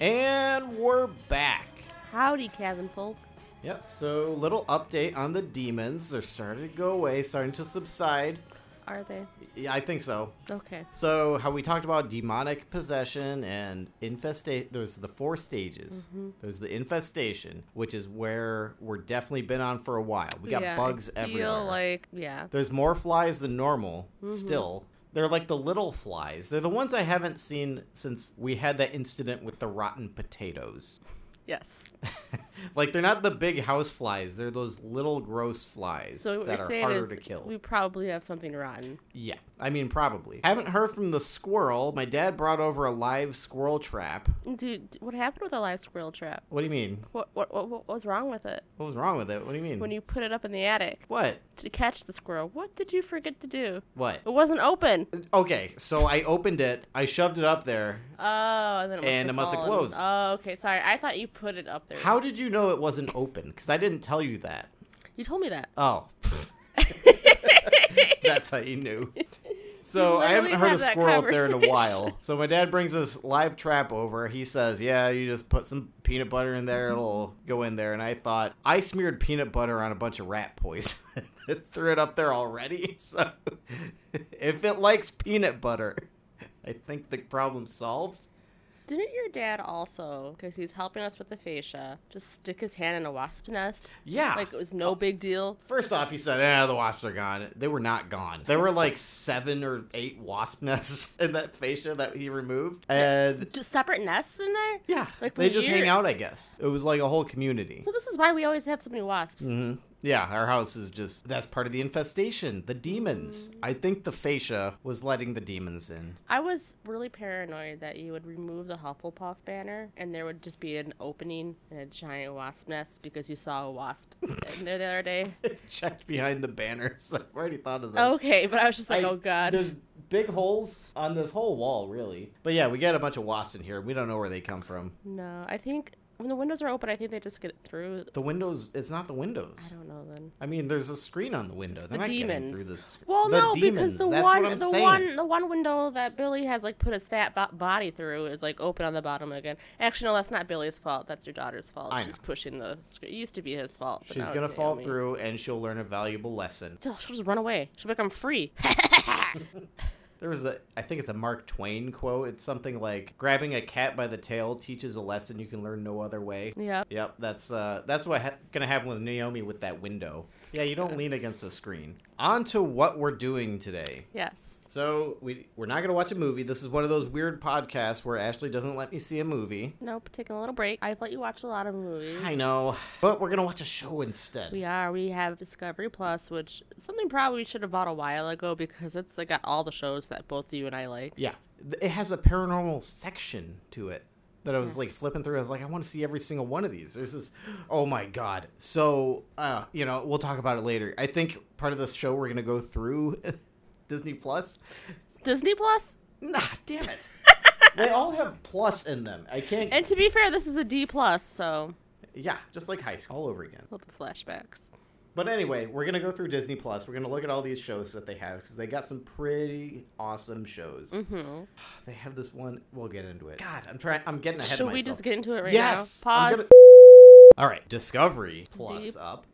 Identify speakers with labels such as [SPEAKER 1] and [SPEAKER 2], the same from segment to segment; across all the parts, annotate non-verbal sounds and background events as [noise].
[SPEAKER 1] And we're back.
[SPEAKER 2] Howdy, cabin folk.
[SPEAKER 1] Yep, so little update on the demons. They're starting to go away, starting to subside.
[SPEAKER 2] Are they?
[SPEAKER 1] Yeah, I think so.
[SPEAKER 2] Okay.
[SPEAKER 1] So, how we talked about demonic possession and infestation, there's the four stages.
[SPEAKER 2] Mm-hmm.
[SPEAKER 1] There's the infestation, which is where we're definitely been on for a while. We got
[SPEAKER 2] Yeah, I
[SPEAKER 1] bugs everywhere.
[SPEAKER 2] Feel like Mm-hmm. yeah.
[SPEAKER 1] There's more flies than normal still. They're like the little flies. They're the ones I haven't seen since we had that incident with the rotten potatoes.
[SPEAKER 2] Yes.
[SPEAKER 1] Like they're not the big house flies. They're those little gross flies
[SPEAKER 2] So what
[SPEAKER 1] that
[SPEAKER 2] you're
[SPEAKER 1] are
[SPEAKER 2] saying
[SPEAKER 1] harder
[SPEAKER 2] is
[SPEAKER 1] to kill.
[SPEAKER 2] we probably have something rotten.
[SPEAKER 1] Yeah, I mean probably. Haven't heard from the squirrel. My dad brought over a live squirrel trap.
[SPEAKER 2] Dude, d- what happened with the live squirrel trap?
[SPEAKER 1] What do you mean?
[SPEAKER 2] What what what, what was wrong with it
[SPEAKER 1] What was wrong with it? What do you mean?
[SPEAKER 2] when you put it up in the attic
[SPEAKER 1] what?
[SPEAKER 2] to catch the squirrel? What did you forget to do?
[SPEAKER 1] What?
[SPEAKER 2] It wasn't open.
[SPEAKER 1] Okay, so I opened it. I shoved it up there.
[SPEAKER 2] Oh, and then it must
[SPEAKER 1] And
[SPEAKER 2] have
[SPEAKER 1] it must have
[SPEAKER 2] fallen.
[SPEAKER 1] closed.
[SPEAKER 2] Oh, okay. Sorry, I thought you put it up there.
[SPEAKER 1] How did you know it wasn't open? Because I didn't tell you that.
[SPEAKER 2] you told me that? [laughs]
[SPEAKER 1] Oh. That's how you knew. So
[SPEAKER 2] We
[SPEAKER 1] I haven't
[SPEAKER 2] literally
[SPEAKER 1] heard
[SPEAKER 2] had
[SPEAKER 1] a
[SPEAKER 2] that
[SPEAKER 1] squirrel up there in a
[SPEAKER 2] conversation.
[SPEAKER 1] while. So my dad brings this live trap over. He says, "Yeah, you just put some peanut butter in there;
[SPEAKER 2] Mm-hmm.
[SPEAKER 1] it'll go in there." And I thought I smeared peanut butter on a bunch of rat poison. [laughs] It Threw it up there already. [laughs] So if it likes peanut butter, I think the problem's solved.
[SPEAKER 2] Didn't your dad also, because he was helping us with the fascia, just stick his hand in a wasp nest?
[SPEAKER 1] Yeah.
[SPEAKER 2] Like it was no big deal.
[SPEAKER 1] First off, he said, "Ah, the wasps are gone." They were not gone. There were like seven or eight wasp nests [laughs] in that fascia that he removed, and
[SPEAKER 2] Just separate nests in there?
[SPEAKER 1] yeah,
[SPEAKER 2] Like,
[SPEAKER 1] they
[SPEAKER 2] when
[SPEAKER 1] just hang
[SPEAKER 2] you're-
[SPEAKER 1] out. I guess it was like a whole community.
[SPEAKER 2] So this is why we always have so many wasps.
[SPEAKER 1] hmm Yeah, our house is just that's part of the infestation, the demons. I think the fascia was letting the demons in. [laughs]
[SPEAKER 2] I was really paranoid that you would remove the Hufflepuff banner and there would just be an opening and a giant wasp nest because you saw a
[SPEAKER 1] [laughs]
[SPEAKER 2] wasp in there the other day.
[SPEAKER 1] It checked behind the banners. [laughs] I've already thought of this.
[SPEAKER 2] Okay, but I was just like,
[SPEAKER 1] I-
[SPEAKER 2] oh god.
[SPEAKER 1] There's big holes on this whole wall, really. But yeah, we got a bunch of wasps in here. We don't know where they come from.
[SPEAKER 2] No, I think when the windows are open, I think they just get through.
[SPEAKER 1] The windows, it's not the windows.
[SPEAKER 2] I don't know then.
[SPEAKER 1] I mean, there's a screen on the window. They're
[SPEAKER 2] the
[SPEAKER 1] not getting
[SPEAKER 2] demons.
[SPEAKER 1] through this.
[SPEAKER 2] Well, no, because the
[SPEAKER 1] that's
[SPEAKER 2] one,
[SPEAKER 1] what I'm
[SPEAKER 2] the
[SPEAKER 1] saying.
[SPEAKER 2] one, the one window that Billy has like put his fat bo- body through is like open on the bottom again. Actually, no, that's not Billy's fault. That's your daughter's fault.
[SPEAKER 1] I
[SPEAKER 2] She's
[SPEAKER 1] know.
[SPEAKER 2] pushing the. sc- It used to be his fault. But
[SPEAKER 1] She's
[SPEAKER 2] now it's
[SPEAKER 1] gonna fall
[SPEAKER 2] Oh, Naomi.
[SPEAKER 1] through, and she'll learn a valuable lesson.
[SPEAKER 2] She'll she'll just run away. She'll become free. [laughs]
[SPEAKER 1] There was a, I think it's a Mark Twain quote. It's something like, "Grabbing a cat by the tail teaches a lesson you can learn no other way."
[SPEAKER 2] yeah.
[SPEAKER 1] Yep, that's uh, that's what ha- gonna happen with Naomi with that window. Yeah, you
[SPEAKER 2] Uh.
[SPEAKER 1] don't lean against the screen. On to what we're doing today.
[SPEAKER 2] Yes.
[SPEAKER 1] So we we're not gonna watch a movie. This is one of those weird podcasts where Ashley doesn't let me see a movie.
[SPEAKER 2] Nope. Taking a little break. I've let you watch a lot of movies.
[SPEAKER 1] I know, but we're gonna watch a show instead.
[SPEAKER 2] We are. We have Discovery Plus, which is something probably we should have bought a while ago because it's like got all the shows that both you and I like.
[SPEAKER 1] Yeah. Th- It has a paranormal section to it that I was like flipping through. I was like, I want to see every single one of these. There's this, oh my God. So, uh, you know, we'll talk about it later. I think part of this show we're going to go through [laughs] Disney Plus.
[SPEAKER 2] Disney Plus.
[SPEAKER 1] Nah, damn
[SPEAKER 2] [laughs]
[SPEAKER 1] it. they all have plus in them. I can't.
[SPEAKER 2] And to be fair, this is a D plus, so
[SPEAKER 1] yeah, just like high school all over again.
[SPEAKER 2] with the flashbacks.
[SPEAKER 1] But anyway, we're gonna go through Disney Plus. We're gonna look at all these shows that they have because they got some pretty awesome shows.
[SPEAKER 2] Hmm.
[SPEAKER 1] [sighs] They have this one. We'll get into it. God, I'm trying. I'm getting ahead
[SPEAKER 2] Should
[SPEAKER 1] of myself.
[SPEAKER 2] we just get into it right
[SPEAKER 1] yes.
[SPEAKER 2] now?
[SPEAKER 1] I'm
[SPEAKER 2] Pause.
[SPEAKER 1] gonna- All right, Discovery Plus
[SPEAKER 2] Deep.
[SPEAKER 1] up.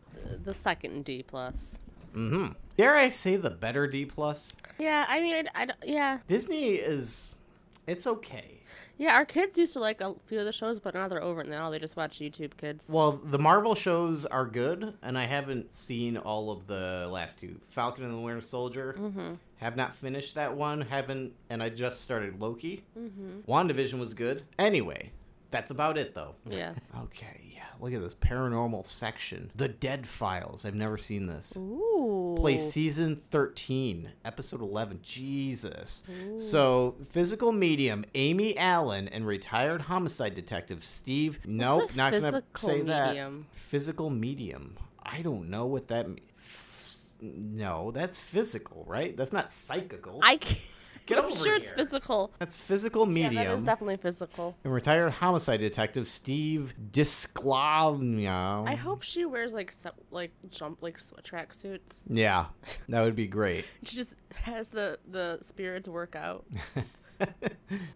[SPEAKER 2] The second D plus.
[SPEAKER 1] Mm-hmm. Dare I say the better D Plus?
[SPEAKER 2] Yeah, I mean, I, don't- yeah,
[SPEAKER 1] Disney is, it's okay.
[SPEAKER 2] yeah. Our kids used to like a few of the shows, but now they're over it now. They just watch YouTube Kids.
[SPEAKER 1] Well, the Marvel shows are good, and I haven't seen all of the last two. Falcon and the Winter Soldier. Mm-hmm. Have not finished that one. Haven't, and I just started Loki. Mm-hmm. WandaVision was good. Anyway, that's about it though.
[SPEAKER 2] yeah.
[SPEAKER 1] Okay, yeah. Look at this paranormal section. The Dead Files. I've never seen this.
[SPEAKER 2] Ooh.
[SPEAKER 1] Play season 13, episode 11. Jesus. So, physical medium Amy Allen and retired homicide detective Steve. nope,
[SPEAKER 2] a
[SPEAKER 1] not going to
[SPEAKER 2] physical
[SPEAKER 1] say
[SPEAKER 2] medium?
[SPEAKER 1] that. Physical medium. I don't know what that means. No, that's physical, right? That's not psychical.
[SPEAKER 2] I can't.
[SPEAKER 1] [laughs] Get
[SPEAKER 2] I'm
[SPEAKER 1] over
[SPEAKER 2] sure it's
[SPEAKER 1] here.
[SPEAKER 2] physical.
[SPEAKER 1] that's physical medium.
[SPEAKER 2] Yeah, that is definitely physical.
[SPEAKER 1] and retired homicide detective Steve Disclavnia.
[SPEAKER 2] I hope she wears like so, like jump like s- tracksuits.
[SPEAKER 1] Yeah, that would be great. [laughs]
[SPEAKER 2] She just has the the spirits work out.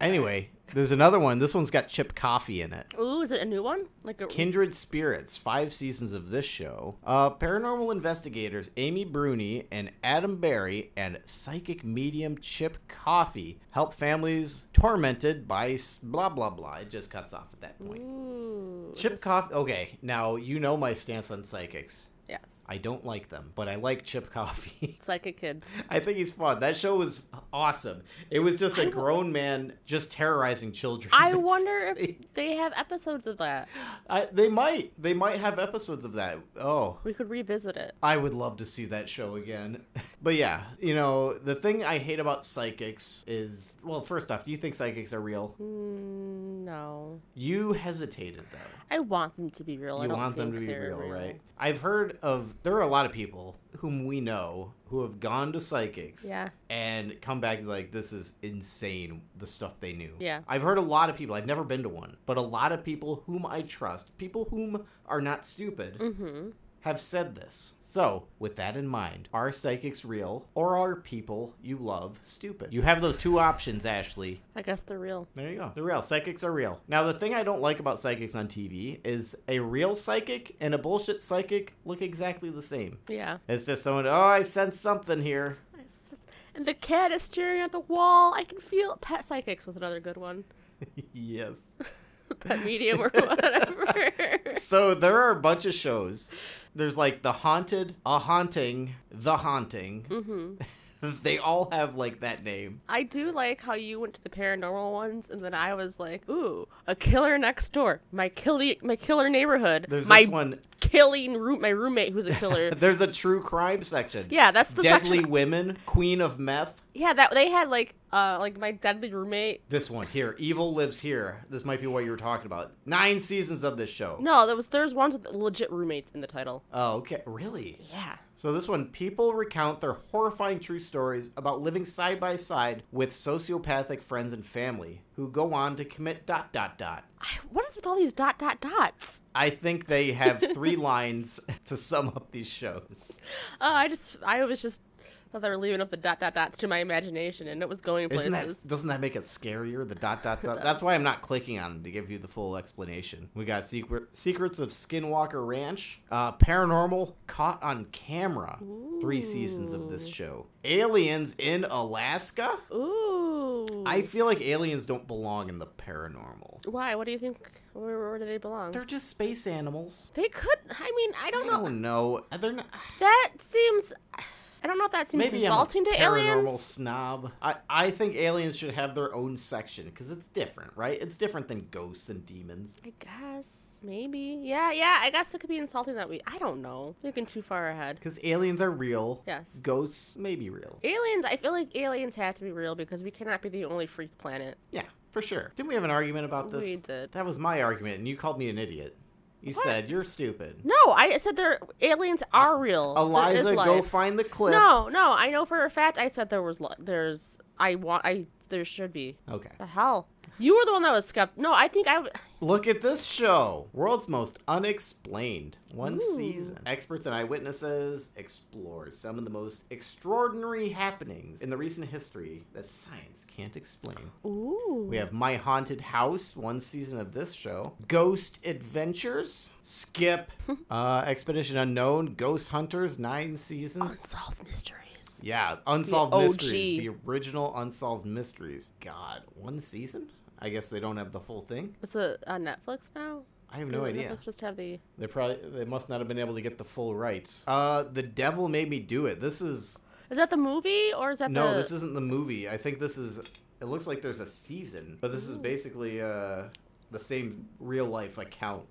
[SPEAKER 1] anyway, There's another one. This one's got chip coffee in it.
[SPEAKER 2] Ooh, is it a new one? Like a
[SPEAKER 1] Kindred Spirits, five seasons of this show. Uh, paranormal investigators Amy Bruni and Adam Barry and psychic medium Chip Coffee help families tormented by s- blah blah blah. It just cuts off at that point.
[SPEAKER 2] Ooh, is
[SPEAKER 1] Chip
[SPEAKER 2] this-
[SPEAKER 1] Coffee. Okay, now you know my stance on psychics.
[SPEAKER 2] Yes.
[SPEAKER 1] I don't like them, but I like Chip Coffee. [laughs]
[SPEAKER 2] Psychic kids.
[SPEAKER 1] I think he's fun. That show was awesome. It was just a grown man just terrorizing children. [laughs]
[SPEAKER 2] I wonder
[SPEAKER 1] basically.
[SPEAKER 2] if they have episodes of that.
[SPEAKER 1] I, they might. They might have episodes of that. Oh,
[SPEAKER 2] We could revisit it.
[SPEAKER 1] I would love to see that show again. [laughs] but yeah, you know, the thing I hate about psychics is well, first off, do you think psychics are real?
[SPEAKER 2] Mm, no.
[SPEAKER 1] You hesitated though.
[SPEAKER 2] I want them to be real. I
[SPEAKER 1] you
[SPEAKER 2] don't
[SPEAKER 1] want
[SPEAKER 2] think
[SPEAKER 1] them to be
[SPEAKER 2] they're
[SPEAKER 1] real, right? I've heard of there are a lot of people whom we know who have gone to psychics
[SPEAKER 2] Yeah.
[SPEAKER 1] and come back like this is insane the stuff they knew.
[SPEAKER 2] Yeah.
[SPEAKER 1] I've heard a lot of people, I've never been to one, but a lot of people whom I trust, people whom are not stupid,
[SPEAKER 2] Mm-hmm.
[SPEAKER 1] have said this. So, with that in mind, are psychics real or are people you love stupid? You have those two options, Ashley.
[SPEAKER 2] I guess they're real.
[SPEAKER 1] There you go. They're real. Psychics are real. Now, the thing I don't like about psychics on TV is a real psychic and a bullshit psychic look exactly the same.
[SPEAKER 2] Yeah.
[SPEAKER 1] It's just someone, oh, I sense something here. [laughs]
[SPEAKER 2] And the cat is staring at the wall. I can feel it. Pet Psychics was another good one. [laughs]
[SPEAKER 1] yes.
[SPEAKER 2] Pet
[SPEAKER 1] [laughs]
[SPEAKER 2] Medium or whatever.
[SPEAKER 1] So, there are a bunch of shows. There's like The Haunted, A Haunting, The Haunting.
[SPEAKER 2] mm-hmm.
[SPEAKER 1] they all have like that name.
[SPEAKER 2] I do like how you went to the paranormal ones, and then I was like, "Ooh, a killer next door, my killy, my killer neighborhood,
[SPEAKER 1] There's
[SPEAKER 2] my
[SPEAKER 1] this one
[SPEAKER 2] killing root, my roommate who's a
[SPEAKER 1] [laughs]
[SPEAKER 2] killer."
[SPEAKER 1] There's a true crime section.
[SPEAKER 2] yeah, that's the
[SPEAKER 1] Deadly
[SPEAKER 2] section.
[SPEAKER 1] Women, Queen of Meth.
[SPEAKER 2] Yeah, that they had like, uh, like my deadly roommate.
[SPEAKER 1] This one here, Evil Lives Here. This might be what you were talking about. Nine seasons of this show.
[SPEAKER 2] No, there was there's ones with legit roommates in the title.
[SPEAKER 1] Oh, okay. Really?
[SPEAKER 2] Yeah.
[SPEAKER 1] So this one, people recount their horrifying true stories about living side by side with sociopathic friends and family who go on to commit dot dot dot.
[SPEAKER 2] I, what is with all these dot dot dots?
[SPEAKER 1] I think they have
[SPEAKER 2] [laughs]
[SPEAKER 1] three lines [laughs] to sum up these shows.
[SPEAKER 2] Oh, I just I was just thought they were leaving up the dot dot dots to my imagination, and it was going places.
[SPEAKER 1] Isn't that, doesn't that make it scarier? The dot dot dot.
[SPEAKER 2] does.
[SPEAKER 1] That's why I'm not clicking on them to give you the full explanation. We got secret secrets of Skinwalker Ranch, uh, paranormal caught on camera. Three seasons of this
[SPEAKER 2] Ooh.
[SPEAKER 1] show. Aliens in Alaska.
[SPEAKER 2] Ooh.
[SPEAKER 1] I feel like aliens don't belong in the paranormal.
[SPEAKER 2] Why? What do you think? Where, where do they belong?
[SPEAKER 1] They're just space animals.
[SPEAKER 2] They could. I mean, I don't know.
[SPEAKER 1] know. They're not.
[SPEAKER 2] That seems. I don't know if that seems
[SPEAKER 1] Maybe
[SPEAKER 2] insulting
[SPEAKER 1] I'm a
[SPEAKER 2] to
[SPEAKER 1] paranormal
[SPEAKER 2] aliens.
[SPEAKER 1] snob. I, I think aliens should have their own section because it's different, right? It's different than ghosts and demons.
[SPEAKER 2] I guess. Maybe. Yeah, yeah. I guess it could be insulting that we. I don't know. Thinking too far ahead.
[SPEAKER 1] Because aliens are real.
[SPEAKER 2] Yes.
[SPEAKER 1] Ghosts may be real.
[SPEAKER 2] Aliens. I feel like aliens have to be real because we cannot be the only freak planet.
[SPEAKER 1] Yeah, for sure. Didn't we have an argument about this?
[SPEAKER 2] We did.
[SPEAKER 1] That was my argument, and you called me an idiot. You
[SPEAKER 2] What?
[SPEAKER 1] said you're stupid.
[SPEAKER 2] No, I said there aliens are real. There is
[SPEAKER 1] Eliza, go
[SPEAKER 2] life.
[SPEAKER 1] find the clip.
[SPEAKER 2] No, no. I know for a fact. I said there was. Li- there's. I want. I. There should be.
[SPEAKER 1] Okay.
[SPEAKER 2] The hell. You were the one that was skeptical. No, I think I. w-
[SPEAKER 1] Look at this show. World's Most Unexplained. One
[SPEAKER 2] Ooh.
[SPEAKER 1] season. Experts and eyewitnesses explore some of the most extraordinary happenings in the recent history that science can't explain.
[SPEAKER 2] Ooh.
[SPEAKER 1] We have My Haunted House, one season of this show. Ghost Adventures,
[SPEAKER 2] [laughs]
[SPEAKER 1] Skip, uh, Expedition Unknown, Ghost Hunters, nine seasons.
[SPEAKER 2] Unsolved mysteries.
[SPEAKER 1] Yeah, Unsolved
[SPEAKER 2] The OG.
[SPEAKER 1] Mysteries, the original Unsolved Mysteries. God, one season? I guess they don't have the full thing.
[SPEAKER 2] It's a, on Netflix now.
[SPEAKER 1] I have no
[SPEAKER 2] Does
[SPEAKER 1] idea.
[SPEAKER 2] Netflix just have the.
[SPEAKER 1] They probably they must not have been able to get the full rights. Uh, The Devil Made Me Do It. This is
[SPEAKER 2] Is that the movie or is that the?
[SPEAKER 1] no, this isn't the movie. I think this is. It looks like there's a season, but this is
[SPEAKER 2] Ooh.
[SPEAKER 1] basically uh the same real life account.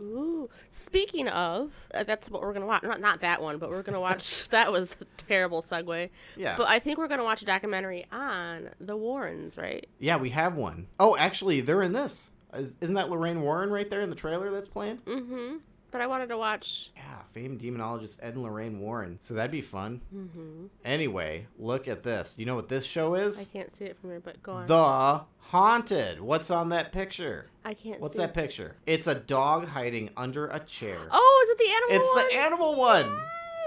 [SPEAKER 2] Ooh. Speaking of, uh, that's what we're gonna watch. Not not that one, but we're gonna
[SPEAKER 1] [laughs]
[SPEAKER 2] watch. that was a terrible segue.
[SPEAKER 1] Yeah,
[SPEAKER 2] But I think we're gonna watch a documentary on the Warrens, right?
[SPEAKER 1] yeah, we have one. Oh, actually, they're in this. Is- Isn't that Lorraine Warren right there in the trailer that's playing?
[SPEAKER 2] Mm-hmm. But I wanted to watch.
[SPEAKER 1] Yeah, famed demonologist Ed and Lorraine Warren. So that'd be fun.
[SPEAKER 2] Mm-hmm.
[SPEAKER 1] Anyway, look at this. You know what this show
[SPEAKER 2] I
[SPEAKER 1] is?
[SPEAKER 2] can't see it from here, but go on.
[SPEAKER 1] The Haunted. What's on that picture?
[SPEAKER 2] I can't.
[SPEAKER 1] What's
[SPEAKER 2] see
[SPEAKER 1] that picture? It's a dog hiding under a chair.
[SPEAKER 2] Oh, is it the animal?
[SPEAKER 1] it's
[SPEAKER 2] ones?
[SPEAKER 1] the animal one.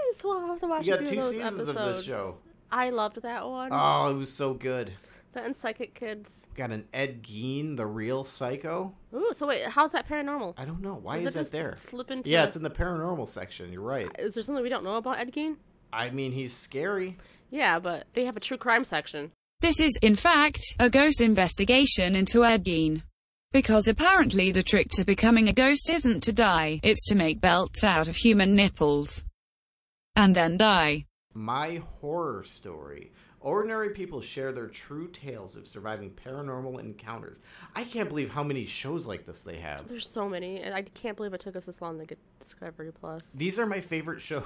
[SPEAKER 2] Yes, we'll have to watch
[SPEAKER 1] You
[SPEAKER 2] a
[SPEAKER 1] got
[SPEAKER 2] few
[SPEAKER 1] two
[SPEAKER 2] of those
[SPEAKER 1] seasons of Uh.
[SPEAKER 2] episodes.
[SPEAKER 1] this show.
[SPEAKER 2] I loved that one.
[SPEAKER 1] Oh, it was so good.
[SPEAKER 2] The Unpsychic Kids.
[SPEAKER 1] We got an Ed Gein, the real psycho.
[SPEAKER 2] Ooh, so wait, how's that paranormal?
[SPEAKER 1] I don't know. Why
[SPEAKER 2] Did
[SPEAKER 1] is that
[SPEAKER 2] just
[SPEAKER 1] there?
[SPEAKER 2] Slip into
[SPEAKER 1] Yeah, it's in the paranormal section. You're right.
[SPEAKER 2] Is there something we don't know about Ed Gein?
[SPEAKER 1] I mean, he's scary.
[SPEAKER 2] Yeah, but they have a true crime section.
[SPEAKER 3] This is, in fact, a ghost investigation into Ed Gein. Because apparently the trick to becoming a ghost isn't to die, it's to make belts out of human nipples. And then die.
[SPEAKER 1] My horror story. Ordinary people share their true tales of surviving paranormal encounters. I can't believe how many shows like this they have.
[SPEAKER 2] There's so many, and I can't believe it took us this long to get Discovery Plus.
[SPEAKER 1] These are my favorite [laughs] shows.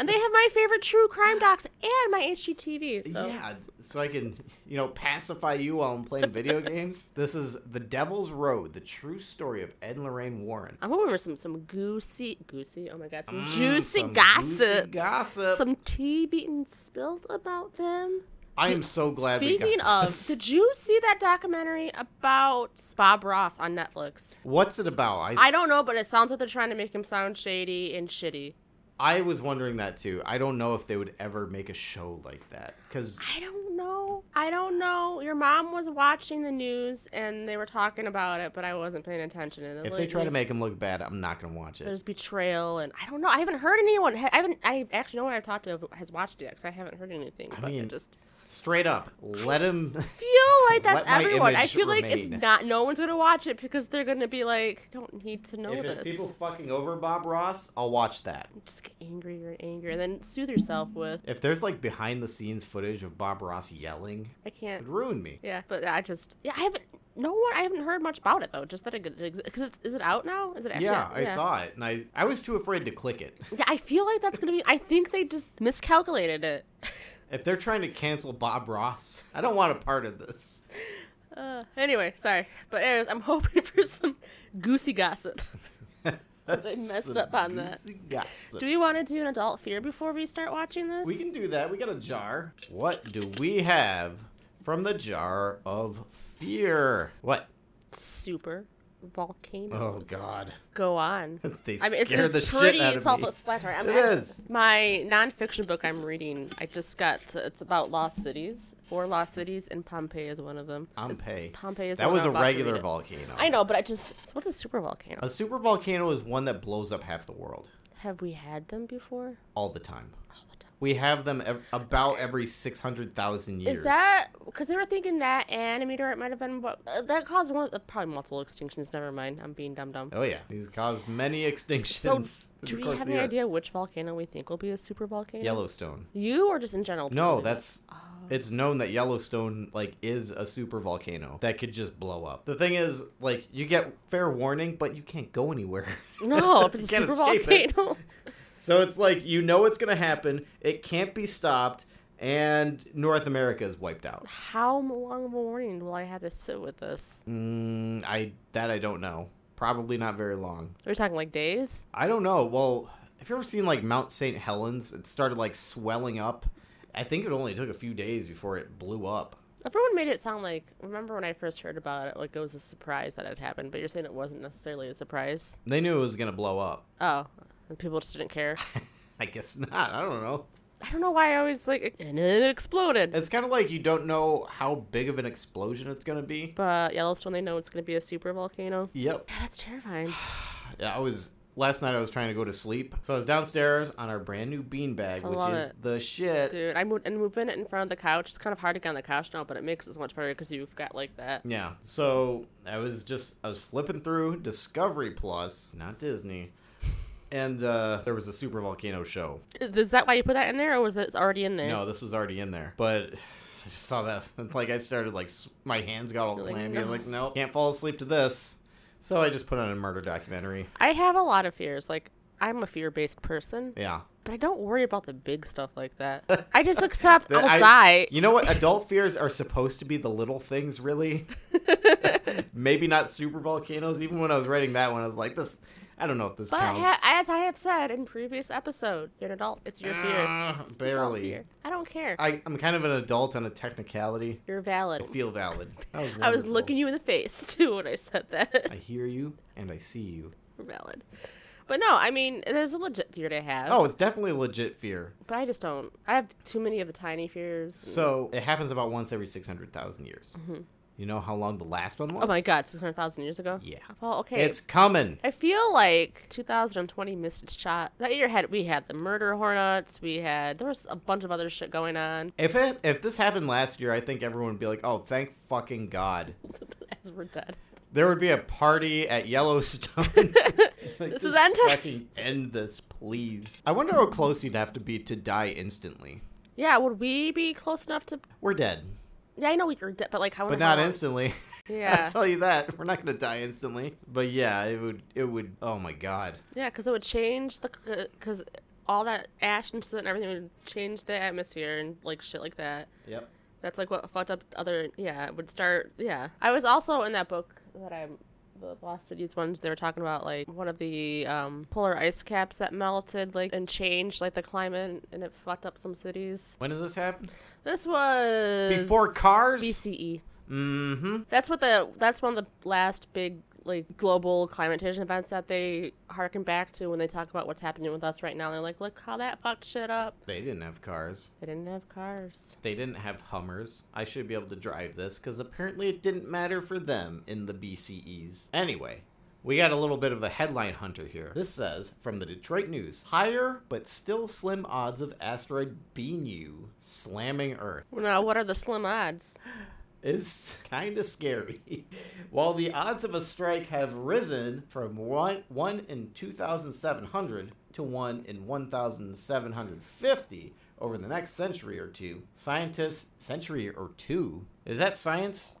[SPEAKER 2] and they have my favorite true crime docs and my HGTV. So
[SPEAKER 1] Yeah, so I can, you know, pacify you while I'm playing video
[SPEAKER 2] [laughs]
[SPEAKER 1] games. This is The Devil's Road, the true story of Ed and Lorraine Warren.
[SPEAKER 2] I'm hoping for some some goosey, goosey. Oh my god, some
[SPEAKER 1] Mm,
[SPEAKER 2] juicy
[SPEAKER 1] some
[SPEAKER 2] gossip,
[SPEAKER 1] juicy gossip.
[SPEAKER 2] some tea being spilled about them.
[SPEAKER 1] I am so glad we
[SPEAKER 2] Speaking
[SPEAKER 1] got
[SPEAKER 2] of,
[SPEAKER 1] [laughs] this.
[SPEAKER 2] did you see that documentary about Bob Ross on Netflix?
[SPEAKER 1] What's it about? I,
[SPEAKER 2] I don't know, but it sounds like they're trying to make him sound shady and shitty.
[SPEAKER 1] I was wondering that too. I don't know if they would ever make a show like that because
[SPEAKER 2] I don't know. I don't know. Your mom was watching the news and they were talking about it, but I wasn't paying attention. And
[SPEAKER 1] if
[SPEAKER 2] like,
[SPEAKER 1] they try to
[SPEAKER 2] there's-
[SPEAKER 1] make him look bad, I'm not gonna watch it.
[SPEAKER 2] there's betrayal and I don't know. I haven't heard anyone. I haven't. I actually no one I've talked to has watched it because I haven't heard anything. But I
[SPEAKER 1] mean-
[SPEAKER 2] just
[SPEAKER 1] Straight up, let him. [laughs]
[SPEAKER 2] feel like
[SPEAKER 1] Let
[SPEAKER 2] that's
[SPEAKER 1] my
[SPEAKER 2] everyone. I
[SPEAKER 1] image
[SPEAKER 2] feel like it's
[SPEAKER 1] remain.
[SPEAKER 2] not. No one's gonna watch it because they're gonna be like, don't need to know
[SPEAKER 1] if it's
[SPEAKER 2] this.
[SPEAKER 1] people fucking over Bob Ross, I'll watch that.
[SPEAKER 2] Just get angrier and angrier, and then soothe yourself with.
[SPEAKER 1] If there's like behind the scenes footage of Bob Ross yelling,
[SPEAKER 2] I
[SPEAKER 1] it'd
[SPEAKER 2] can't.
[SPEAKER 1] ruin me.
[SPEAKER 2] Yeah, but I just yeah I haven't. No one. I haven't heard much about it though. Just that it because it's is it out now? Is it actually?
[SPEAKER 1] Yeah,
[SPEAKER 2] out?
[SPEAKER 1] I saw it and I I was too afraid to click it.
[SPEAKER 2] Yeah, I feel like that's gonna be. I think they just miscalculated it.
[SPEAKER 1] If they're trying to cancel Bob Ross, [laughs] I don't want a part of
[SPEAKER 2] [laughs]
[SPEAKER 1] this.
[SPEAKER 2] [laughs] Uh, anyway, sorry. But anyways, I'm [laughs] hoping for some goosey gossip. I messed
[SPEAKER 1] Some
[SPEAKER 2] up on that.
[SPEAKER 1] goosey gossip.
[SPEAKER 2] [laughs] Do we want to do an adult fear before we start watching this?
[SPEAKER 1] We can do that. We got a jar. What do we have from the jar of fear? What?
[SPEAKER 2] Super
[SPEAKER 1] Oh
[SPEAKER 2] volcanoes.
[SPEAKER 1] God!
[SPEAKER 2] Go on.
[SPEAKER 1] [laughs] They
[SPEAKER 2] I mean, it's,
[SPEAKER 1] scared
[SPEAKER 2] it's
[SPEAKER 1] the
[SPEAKER 2] pretty
[SPEAKER 1] shit out of me.
[SPEAKER 2] self-explanatory. I'm,
[SPEAKER 1] It
[SPEAKER 2] I'm-
[SPEAKER 1] is.
[SPEAKER 2] My nonfiction book I'm reading, I just got. To, it's about lost cities. Four lost cities, and Pompeii is one of them. It's-
[SPEAKER 1] Pompeii.
[SPEAKER 2] Pompeii is. the
[SPEAKER 1] That
[SPEAKER 2] one
[SPEAKER 1] was
[SPEAKER 2] I'm
[SPEAKER 1] a
[SPEAKER 2] about to read
[SPEAKER 1] regular
[SPEAKER 2] it.
[SPEAKER 1] volcano.
[SPEAKER 2] I know, but I just. What's a super volcano?
[SPEAKER 1] A super volcano is one that blows up half the world
[SPEAKER 2] Have we had them before?
[SPEAKER 1] all the time.
[SPEAKER 2] All the time.
[SPEAKER 1] We have them ev- about every six hundred thousand years.
[SPEAKER 2] Is that because they were thinking that and a meteorite might have been what uh, that caused one uh, probably multiple extinctions? Never mind, I'm being dumb dumb.
[SPEAKER 1] Oh yeah, these caused many [laughs]
[SPEAKER 2] So,
[SPEAKER 1] extinctions. in
[SPEAKER 2] do
[SPEAKER 1] the
[SPEAKER 2] we
[SPEAKER 1] course of
[SPEAKER 2] have
[SPEAKER 1] the
[SPEAKER 2] any
[SPEAKER 1] earth.
[SPEAKER 2] idea which volcano we think will be a super volcano?
[SPEAKER 1] Yellowstone.
[SPEAKER 2] You or just in general? people
[SPEAKER 1] No,
[SPEAKER 2] do that?
[SPEAKER 1] that's it's known that Yellowstone like is a super volcano that could just blow up. The thing is, like, you get fair warning, but you can't go anywhere.
[SPEAKER 2] [laughs]
[SPEAKER 1] [laughs]
[SPEAKER 2] no. If
[SPEAKER 1] You
[SPEAKER 2] it's a
[SPEAKER 1] can't
[SPEAKER 2] super
[SPEAKER 1] escape it.
[SPEAKER 2] volcano,
[SPEAKER 1] So it's like you know it's gonna happen, it can't be stopped, and North America is wiped out.
[SPEAKER 2] how long of a warning will I have to sit with this?
[SPEAKER 1] Mm, I that I don't know. Probably not very long.
[SPEAKER 2] We're talking like days.
[SPEAKER 1] I don't know. Well, have you ever seen like Mount St. Helens? It started like swelling up. I think it only took a few days before it blew up.
[SPEAKER 2] Everyone made it sound like. Remember when I first heard about it? Like it was a surprise that it happened, but you're saying it wasn't necessarily a surprise.
[SPEAKER 1] They knew it was gonna blow up. [laughs]
[SPEAKER 2] Oh, and people just didn't care.
[SPEAKER 1] I guess not. I don't know.
[SPEAKER 2] I don't know why I always like and it exploded.
[SPEAKER 1] It's kind of like you don't know how big of an explosion it's going to be.
[SPEAKER 2] But Yellowstone, they know it's going to be a super volcano.
[SPEAKER 1] Yep.
[SPEAKER 2] Yeah, that's terrifying.
[SPEAKER 1] I was last night I was trying to go to sleep. So I was downstairs on our brand new beanbag,
[SPEAKER 2] I
[SPEAKER 1] which
[SPEAKER 2] love
[SPEAKER 1] is
[SPEAKER 2] it.
[SPEAKER 1] the shit.
[SPEAKER 2] [sighs] Dude, I moved and moving it in front of the couch. It's kind of hard to get on the couch now, but it makes it so much better because you've got like that.
[SPEAKER 1] Yeah. So I was just I was flipping through Discovery Plus, not Disney. And uh, there was a super volcano show.
[SPEAKER 2] Is, is that why you put that in there, or was it already in there?
[SPEAKER 1] No, this was already in there, but [sighs] I just saw that. [laughs] Like I started like s- my hands got all
[SPEAKER 2] You're like,
[SPEAKER 1] clammy.
[SPEAKER 2] "No."
[SPEAKER 1] Like no, can't fall asleep to this. So I just put on a murder documentary.
[SPEAKER 2] I have a lot of fears. Like I'm a fear-based person,
[SPEAKER 1] Yeah.
[SPEAKER 2] but I don't worry about the big stuff
[SPEAKER 1] [laughs]
[SPEAKER 2] like that. I just accept
[SPEAKER 1] That
[SPEAKER 2] I'll
[SPEAKER 1] I-
[SPEAKER 2] die.
[SPEAKER 1] You know what?
[SPEAKER 2] [laughs]
[SPEAKER 1] Adult fears are supposed to be the little things, really. Maybe not super volcanoes. Even when I was writing that one, I was like, "This, I don't know if this
[SPEAKER 2] But
[SPEAKER 1] counts."
[SPEAKER 2] ha- as I have said in previous episode, you're an adult. It's your fear.
[SPEAKER 1] Ah,
[SPEAKER 2] It's your adult
[SPEAKER 1] barely.
[SPEAKER 2] fear. I don't care.
[SPEAKER 1] I, I'm kind of an adult on a technicality.
[SPEAKER 2] you're valid.
[SPEAKER 1] I feel valid.
[SPEAKER 2] [laughs]
[SPEAKER 1] That was
[SPEAKER 2] I was
[SPEAKER 1] wonderful.
[SPEAKER 2] [laughs] looking you in the face too when I said that.
[SPEAKER 1] I hear you and I see you.
[SPEAKER 2] Valid. But no, I mean, there's a legit fear to have.
[SPEAKER 1] Oh, it's definitely a legit fear.
[SPEAKER 2] But I just don't. I have too many of the tiny fears.
[SPEAKER 1] So it happens about once every 600,000 years. You know how long the last one was?
[SPEAKER 2] Mm-hmm. oh my god, 600,000 years ago?
[SPEAKER 1] Yeah.
[SPEAKER 2] Well, okay.
[SPEAKER 1] It's coming.
[SPEAKER 2] I feel like 2020 missed its shot. That year had we had the murder hornets, we had there was a bunch of other shit going on. [laughs]
[SPEAKER 1] If it, if this happened last year, I think everyone would be like, "Oh, thank fucking god!"
[SPEAKER 2] As we're dead,
[SPEAKER 1] There would be a party at
[SPEAKER 2] [laughs]
[SPEAKER 1] Yellowstone. [laughs] Like,
[SPEAKER 2] this is
[SPEAKER 1] just
[SPEAKER 2] end. time.
[SPEAKER 1] Fucking end this, please. I wonder how close you'd have to be to die instantly.
[SPEAKER 2] Yeah, would we be close enough to?
[SPEAKER 1] We're dead,
[SPEAKER 2] Yeah, I know we were dead, but like how?
[SPEAKER 1] but
[SPEAKER 2] how
[SPEAKER 1] not
[SPEAKER 2] long-
[SPEAKER 1] instantly. [laughs]
[SPEAKER 2] Oh Yeah,
[SPEAKER 1] I'll tell you that we're not gonna die instantly. But yeah, it would. It would. Oh my god.
[SPEAKER 2] yeah, because it would change the because all that ash and soot and everything would change the atmosphere and like shit like that.
[SPEAKER 1] Yep.
[SPEAKER 2] That's like what fucked up other. Yeah, it would start. Yeah, I was also in that book that I'm the Lost Cities ones. They were talking about like one of the um, polar ice caps that melted like and changed like the climate and it fucked up some cities.
[SPEAKER 1] When did this happen?
[SPEAKER 2] This was
[SPEAKER 1] Before cars.
[SPEAKER 2] BCE.
[SPEAKER 1] mm-hmm.
[SPEAKER 2] That's what the that's one of the last big like global climate change events that they harken back to when they talk about what's happening with us right now. They're like, look how that fucked shit up.
[SPEAKER 1] They didn't have cars.
[SPEAKER 2] They didn't have cars.
[SPEAKER 1] They didn't have Hummers. I should be able to drive this because apparently it didn't matter for them in the BCEs. Anyway, we got a little bit of a headline hunter here. This says from the Detroit News higher but still slim odds of asteroid Bennu slamming Earth.
[SPEAKER 2] Now, what are the slim odds?
[SPEAKER 1] It's kind of scary. [laughs] While the odds of a strike have risen from 1, one in 2,700 to 1 in 1,750 over the next century or two, scientists, century or two, is that science?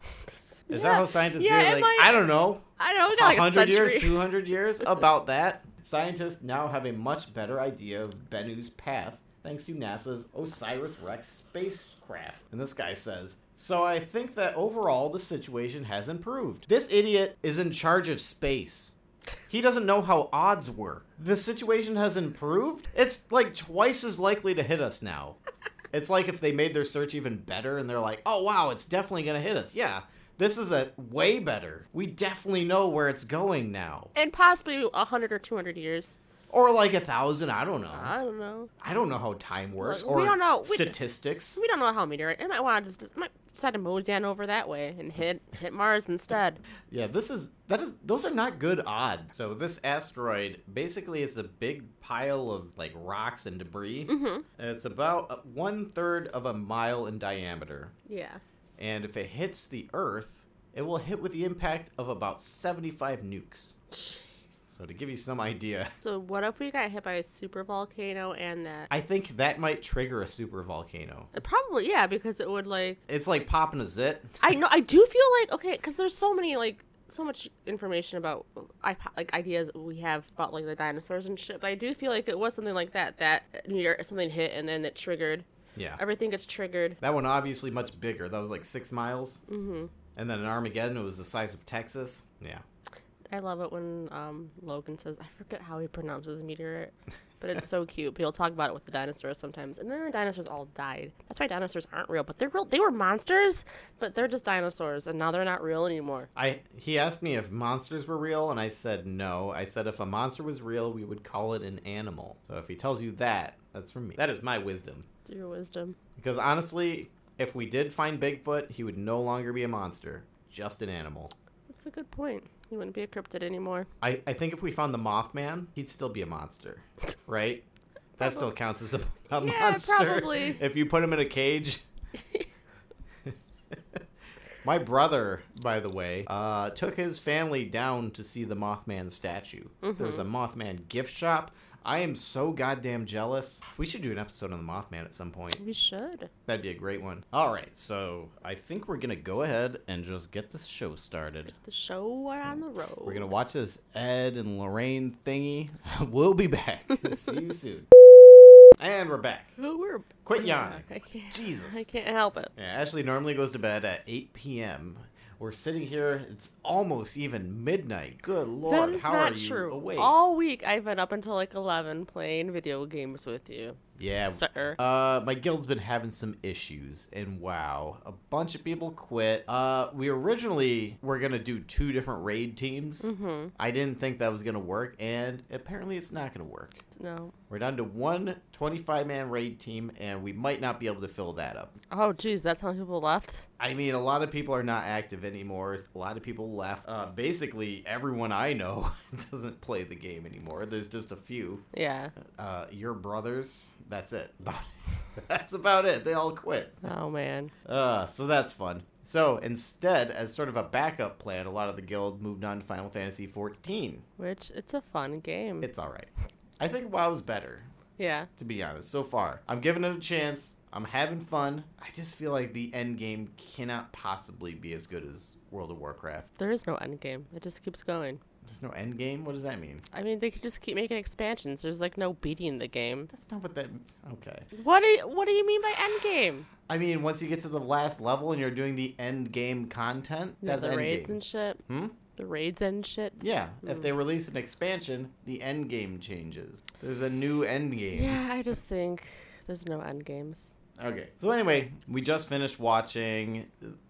[SPEAKER 1] Is that
[SPEAKER 2] Yeah.
[SPEAKER 1] how scientists
[SPEAKER 2] Yeah,
[SPEAKER 1] do
[SPEAKER 2] it
[SPEAKER 1] it? Like,
[SPEAKER 2] might-
[SPEAKER 1] I don't know.
[SPEAKER 2] I don't know,
[SPEAKER 1] A
[SPEAKER 2] like a
[SPEAKER 1] 100
[SPEAKER 2] century.
[SPEAKER 1] years, 200
[SPEAKER 2] [laughs]
[SPEAKER 1] years, about that. Scientists now have a much better idea of Bennu's path thanks to NASA's OSIRIS REx spacecraft. And this guy says, So I think that overall the situation has improved. This idiot is in charge of space. He doesn't know how odds work. The situation has improved? It's like twice as likely to hit us
[SPEAKER 2] [laughs]
[SPEAKER 1] now. It's like if they made their search even better and they're like, oh, wow, it's definitely going to hit us. Yeah, this is a way better. We definitely know where it's going now.
[SPEAKER 2] and possibly a hundred or two hundred years.
[SPEAKER 1] Or like a thousand, I don't know.
[SPEAKER 2] I don't know.
[SPEAKER 1] I don't know how time works
[SPEAKER 2] Well,
[SPEAKER 1] or
[SPEAKER 2] we don't know. We-
[SPEAKER 1] statistics.
[SPEAKER 2] We don't know how meteorite. It might want to just it might decide to Mozan over that way and hit hit Mars instead.
[SPEAKER 1] Yeah, this is that is those are not good odds. So this asteroid basically is a big pile of like rocks and debris.
[SPEAKER 2] Mhm.
[SPEAKER 1] And It's about one third of a mile in diameter,
[SPEAKER 2] Yeah.
[SPEAKER 1] and if it hits the Earth, it will hit with the impact of about seventy-five nukes. So to give you some idea,
[SPEAKER 2] So what if we got hit by a super volcano and that?
[SPEAKER 1] I think that might trigger a super volcano.
[SPEAKER 2] Uh, Probably yeah, because it would like
[SPEAKER 1] It's like popping a zit.
[SPEAKER 2] I know I do feel like okay, because there's so many like so much information about I like ideas we have about like the dinosaurs and shit. But I do feel like it was something like that that meteor something hit and then it triggered
[SPEAKER 1] Yeah.
[SPEAKER 2] everything gets triggered.
[SPEAKER 1] That one obviously much bigger. That was like six miles. Mm-hmm. And then in Armageddon, it was the size of Texas. Yeah.
[SPEAKER 2] I love it when um, Logan says, I forget how he
[SPEAKER 1] [laughs]
[SPEAKER 2] pronounces meteorite, but it's so cute. But he'll talk about it with the dinosaurs sometimes. And then the dinosaurs all died. That's why dinosaurs aren't real, but they're real. They were monsters, but they're just dinosaurs, and now they're not real anymore.
[SPEAKER 1] I he asked me if monsters were real, and I said no. I said if a monster was real, we would call it an animal. So if he tells you that, that's from me. That is my wisdom.
[SPEAKER 2] It's your wisdom.
[SPEAKER 1] Because honestly, if we did find Bigfoot, he would no longer be a monster, just an animal.
[SPEAKER 2] That's a good point. You wouldn't be a cryptid anymore.
[SPEAKER 1] I, I think if we found the Mothman, he'd still be a monster,
[SPEAKER 2] [laughs]
[SPEAKER 1] right? That still counts as a, a
[SPEAKER 2] Yeah,
[SPEAKER 1] monster.
[SPEAKER 2] probably.
[SPEAKER 1] [laughs] If you put him in a cage.
[SPEAKER 2] [laughs]
[SPEAKER 1] My brother, by the way, uh, took his family down to see the Mothman statue. There's
[SPEAKER 2] Mm-hmm.
[SPEAKER 1] a Mothman gift shop. I am so goddamn jealous. We should do an episode on the Mothman at some point.
[SPEAKER 2] We should.
[SPEAKER 1] That'd be a great one. All right, so I think we're gonna go ahead and just get this show started.
[SPEAKER 2] The show are on the road.
[SPEAKER 1] We're gonna watch this Ed and Lorraine thingy. [laughs] we'll be back. [laughs] See you soon. And we're back.
[SPEAKER 2] Oh, we're
[SPEAKER 1] Quit yawning.
[SPEAKER 2] I can't. [laughs]
[SPEAKER 1] Jesus.
[SPEAKER 2] I can't help it.
[SPEAKER 1] Yeah, Ashley normally goes to bed at 8 p.m. We're sitting here. It's almost even midnight. Good lord,
[SPEAKER 2] that is
[SPEAKER 1] how
[SPEAKER 2] not
[SPEAKER 1] are you
[SPEAKER 2] true.
[SPEAKER 1] awake?
[SPEAKER 2] All week I've been up until like 11 playing video games with you.
[SPEAKER 1] Yeah.
[SPEAKER 2] sir.
[SPEAKER 1] Uh, my guild's been having some issues, and wow, a bunch of people quit. Uh, we originally were gonna do two different raid teams.
[SPEAKER 2] mm-hmm.
[SPEAKER 1] I didn't think that was gonna work, and apparently it's not gonna work.
[SPEAKER 2] No.
[SPEAKER 1] We're down to one 25 man raid team, and we might not be able to fill that up.
[SPEAKER 2] Oh, geez, that's how people left.
[SPEAKER 1] I mean, a lot of people are not active anymore. A lot of people left. Uh, basically, everyone I know [laughs] doesn't play the game anymore. There's just a few.
[SPEAKER 2] Yeah.
[SPEAKER 1] Uh, your brothers, that's it. [laughs] that's about it. They all quit.
[SPEAKER 2] Oh man.
[SPEAKER 1] Uh, so that's fun. So instead, as sort of a backup plan, a lot of the guild moved on to Final Fantasy 14.
[SPEAKER 2] Which it's a fun game.
[SPEAKER 1] It's all right. I think WoW's better,
[SPEAKER 2] yeah.
[SPEAKER 1] to be honest, so far. I'm giving it a chance. I'm having fun. I just feel like the end game cannot possibly be as good as World of Warcraft.
[SPEAKER 2] There is no end game. It just keeps going.
[SPEAKER 1] There's no end game. What does that mean?
[SPEAKER 2] I mean, they could just keep making expansions. There's like no beating the game.
[SPEAKER 1] That's not what that. Okay.
[SPEAKER 2] What do you, What do you mean by end game?
[SPEAKER 1] I mean, once you get to the last level and you're doing the end game content,
[SPEAKER 2] Yeah,
[SPEAKER 1] that's
[SPEAKER 2] the
[SPEAKER 1] end
[SPEAKER 2] raids
[SPEAKER 1] game.
[SPEAKER 2] and shit.
[SPEAKER 1] Hmm?
[SPEAKER 2] The raids and shit.
[SPEAKER 1] Yeah, if they release an expansion, the end game changes. There's a new end game.
[SPEAKER 2] Yeah, I just think there's no end games.
[SPEAKER 1] Okay. So anyway, we just finished watching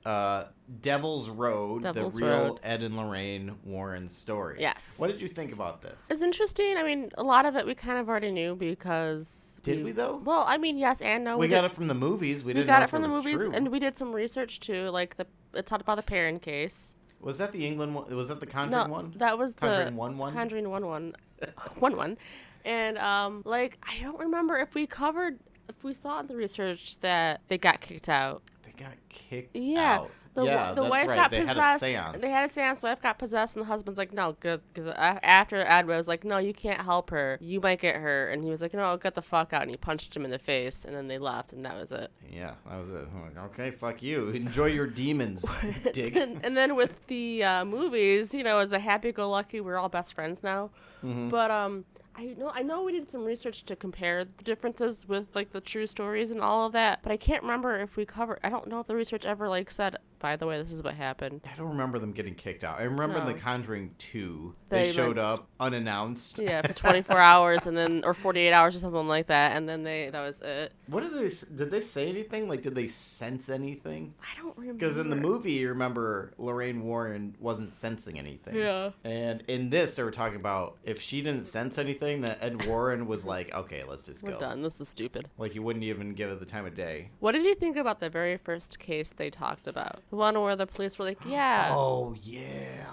[SPEAKER 1] uh Devil's Road,
[SPEAKER 2] Devil's
[SPEAKER 1] the real
[SPEAKER 2] Road.
[SPEAKER 1] Ed and Lorraine Warren story.
[SPEAKER 2] Yes.
[SPEAKER 1] What did you think about this?
[SPEAKER 2] It's interesting. I mean, a lot of it we kind of already knew because
[SPEAKER 1] Did we, though?
[SPEAKER 2] Well, I mean, yes and no.
[SPEAKER 1] we got
[SPEAKER 2] did-
[SPEAKER 1] it from the movies. We,
[SPEAKER 2] we
[SPEAKER 1] didn't
[SPEAKER 2] got
[SPEAKER 1] know
[SPEAKER 2] it from
[SPEAKER 1] if
[SPEAKER 2] the
[SPEAKER 1] was
[SPEAKER 2] movies,
[SPEAKER 1] true.
[SPEAKER 2] and we did some research too. Like the it talked about the Perrin case.
[SPEAKER 1] was that the England one? Was that the Conjuring one?
[SPEAKER 2] That was
[SPEAKER 1] Conjuring
[SPEAKER 2] the
[SPEAKER 1] one one?
[SPEAKER 2] Conjuring one one, [laughs] one one, and um, like I don't remember if we covered if we saw in the research that they got kicked out.
[SPEAKER 1] They got kicked
[SPEAKER 2] Yeah.
[SPEAKER 1] out.
[SPEAKER 2] The,
[SPEAKER 1] yeah,
[SPEAKER 2] the
[SPEAKER 1] that's
[SPEAKER 2] wife
[SPEAKER 1] right.
[SPEAKER 2] got
[SPEAKER 1] they
[SPEAKER 2] possessed.
[SPEAKER 1] Had a seance.
[SPEAKER 2] They had a seance. Wife got possessed, and the husband's like, "No, good." 'cause a- After Ed was like, "No, you can't help her. You might get her," and he was like, "No, get the fuck out," and he punched him in the face, and then they left, and that was it.
[SPEAKER 1] yeah, that was it. I'm like, okay, fuck you. Enjoy your
[SPEAKER 2] [laughs]
[SPEAKER 1] demons, dick.
[SPEAKER 2] and, and then with the uh, movies, you know, as the happy-go-lucky, we're all best friends now. But um, I know I know we did some research to compare the differences with like the true stories and all of that, but I can't remember if we covered. I don't know if the research ever like said, by the way, this is what happened.
[SPEAKER 1] I don't remember them getting kicked out. I remember in
[SPEAKER 2] No.
[SPEAKER 1] The Conjuring 2, they,
[SPEAKER 2] They
[SPEAKER 1] showed
[SPEAKER 2] went-
[SPEAKER 1] up unannounced.
[SPEAKER 2] Yeah, for 24 hours and then or 48 hours or something like that, and then they that was it.
[SPEAKER 1] What did they s- did they say anything? Like did they sense anything?
[SPEAKER 2] I don't remember.
[SPEAKER 1] Because in the movie, you remember Lorraine Warren wasn't sensing anything.
[SPEAKER 2] Yeah.
[SPEAKER 1] And in this, they were talking about if she didn't sense anything, that Ed Warren was like, "Okay, let's just
[SPEAKER 2] we're
[SPEAKER 1] go."
[SPEAKER 2] done. This is stupid.
[SPEAKER 1] Like he wouldn't even give it the time of day.
[SPEAKER 2] What did you think about the very first case they talked about? The one where the police were like, "Yeah,
[SPEAKER 1] Oh yeah.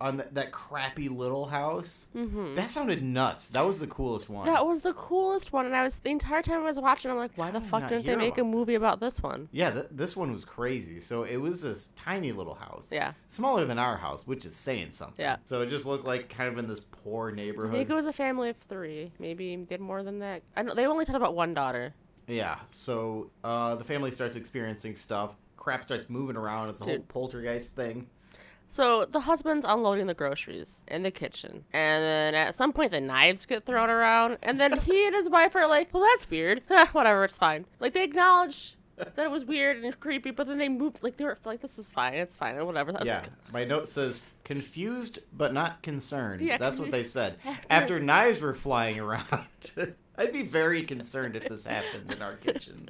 [SPEAKER 1] On th- that crappy little house. Mm-hmm. That sounded nuts. That was the coolest one.
[SPEAKER 2] That was the coolest one, and I was the entire time I was watching. I'm like, why the
[SPEAKER 1] did I
[SPEAKER 2] fuck
[SPEAKER 1] not
[SPEAKER 2] didn't they
[SPEAKER 1] hear
[SPEAKER 2] make a
[SPEAKER 1] about
[SPEAKER 2] movie about this one?
[SPEAKER 1] Yeah, th- this one was crazy. So it was this tiny little house.
[SPEAKER 2] Yeah.
[SPEAKER 1] Smaller than our house, which is saying something.
[SPEAKER 2] Yeah.
[SPEAKER 1] So it just looked like kind of in this poor
[SPEAKER 2] I
[SPEAKER 1] neighborhood.
[SPEAKER 2] think it was a family of three. Maybe they had more than that. I know they only talked about one daughter.
[SPEAKER 1] yeah. So uh, the family starts experiencing stuff. Crap starts moving around. It's a whole
[SPEAKER 2] Dude.
[SPEAKER 1] poltergeist thing.
[SPEAKER 2] So the husband's unloading the groceries in the kitchen, and then at some point the knives get thrown around, and then he and his wife are like, "Well, that's weird. [laughs] Whatever, it's fine." Like they acknowledge that it was weird and creepy, but then they moved. Like they were like, "This is fine. It's fine. Whatever." That's
[SPEAKER 1] yeah. My note says confused but not concerned.
[SPEAKER 2] Yeah,
[SPEAKER 1] That's what they said.
[SPEAKER 2] [laughs] After-
[SPEAKER 1] After knives were flying around. [laughs] I'd be very concerned if this happened in our kitchen.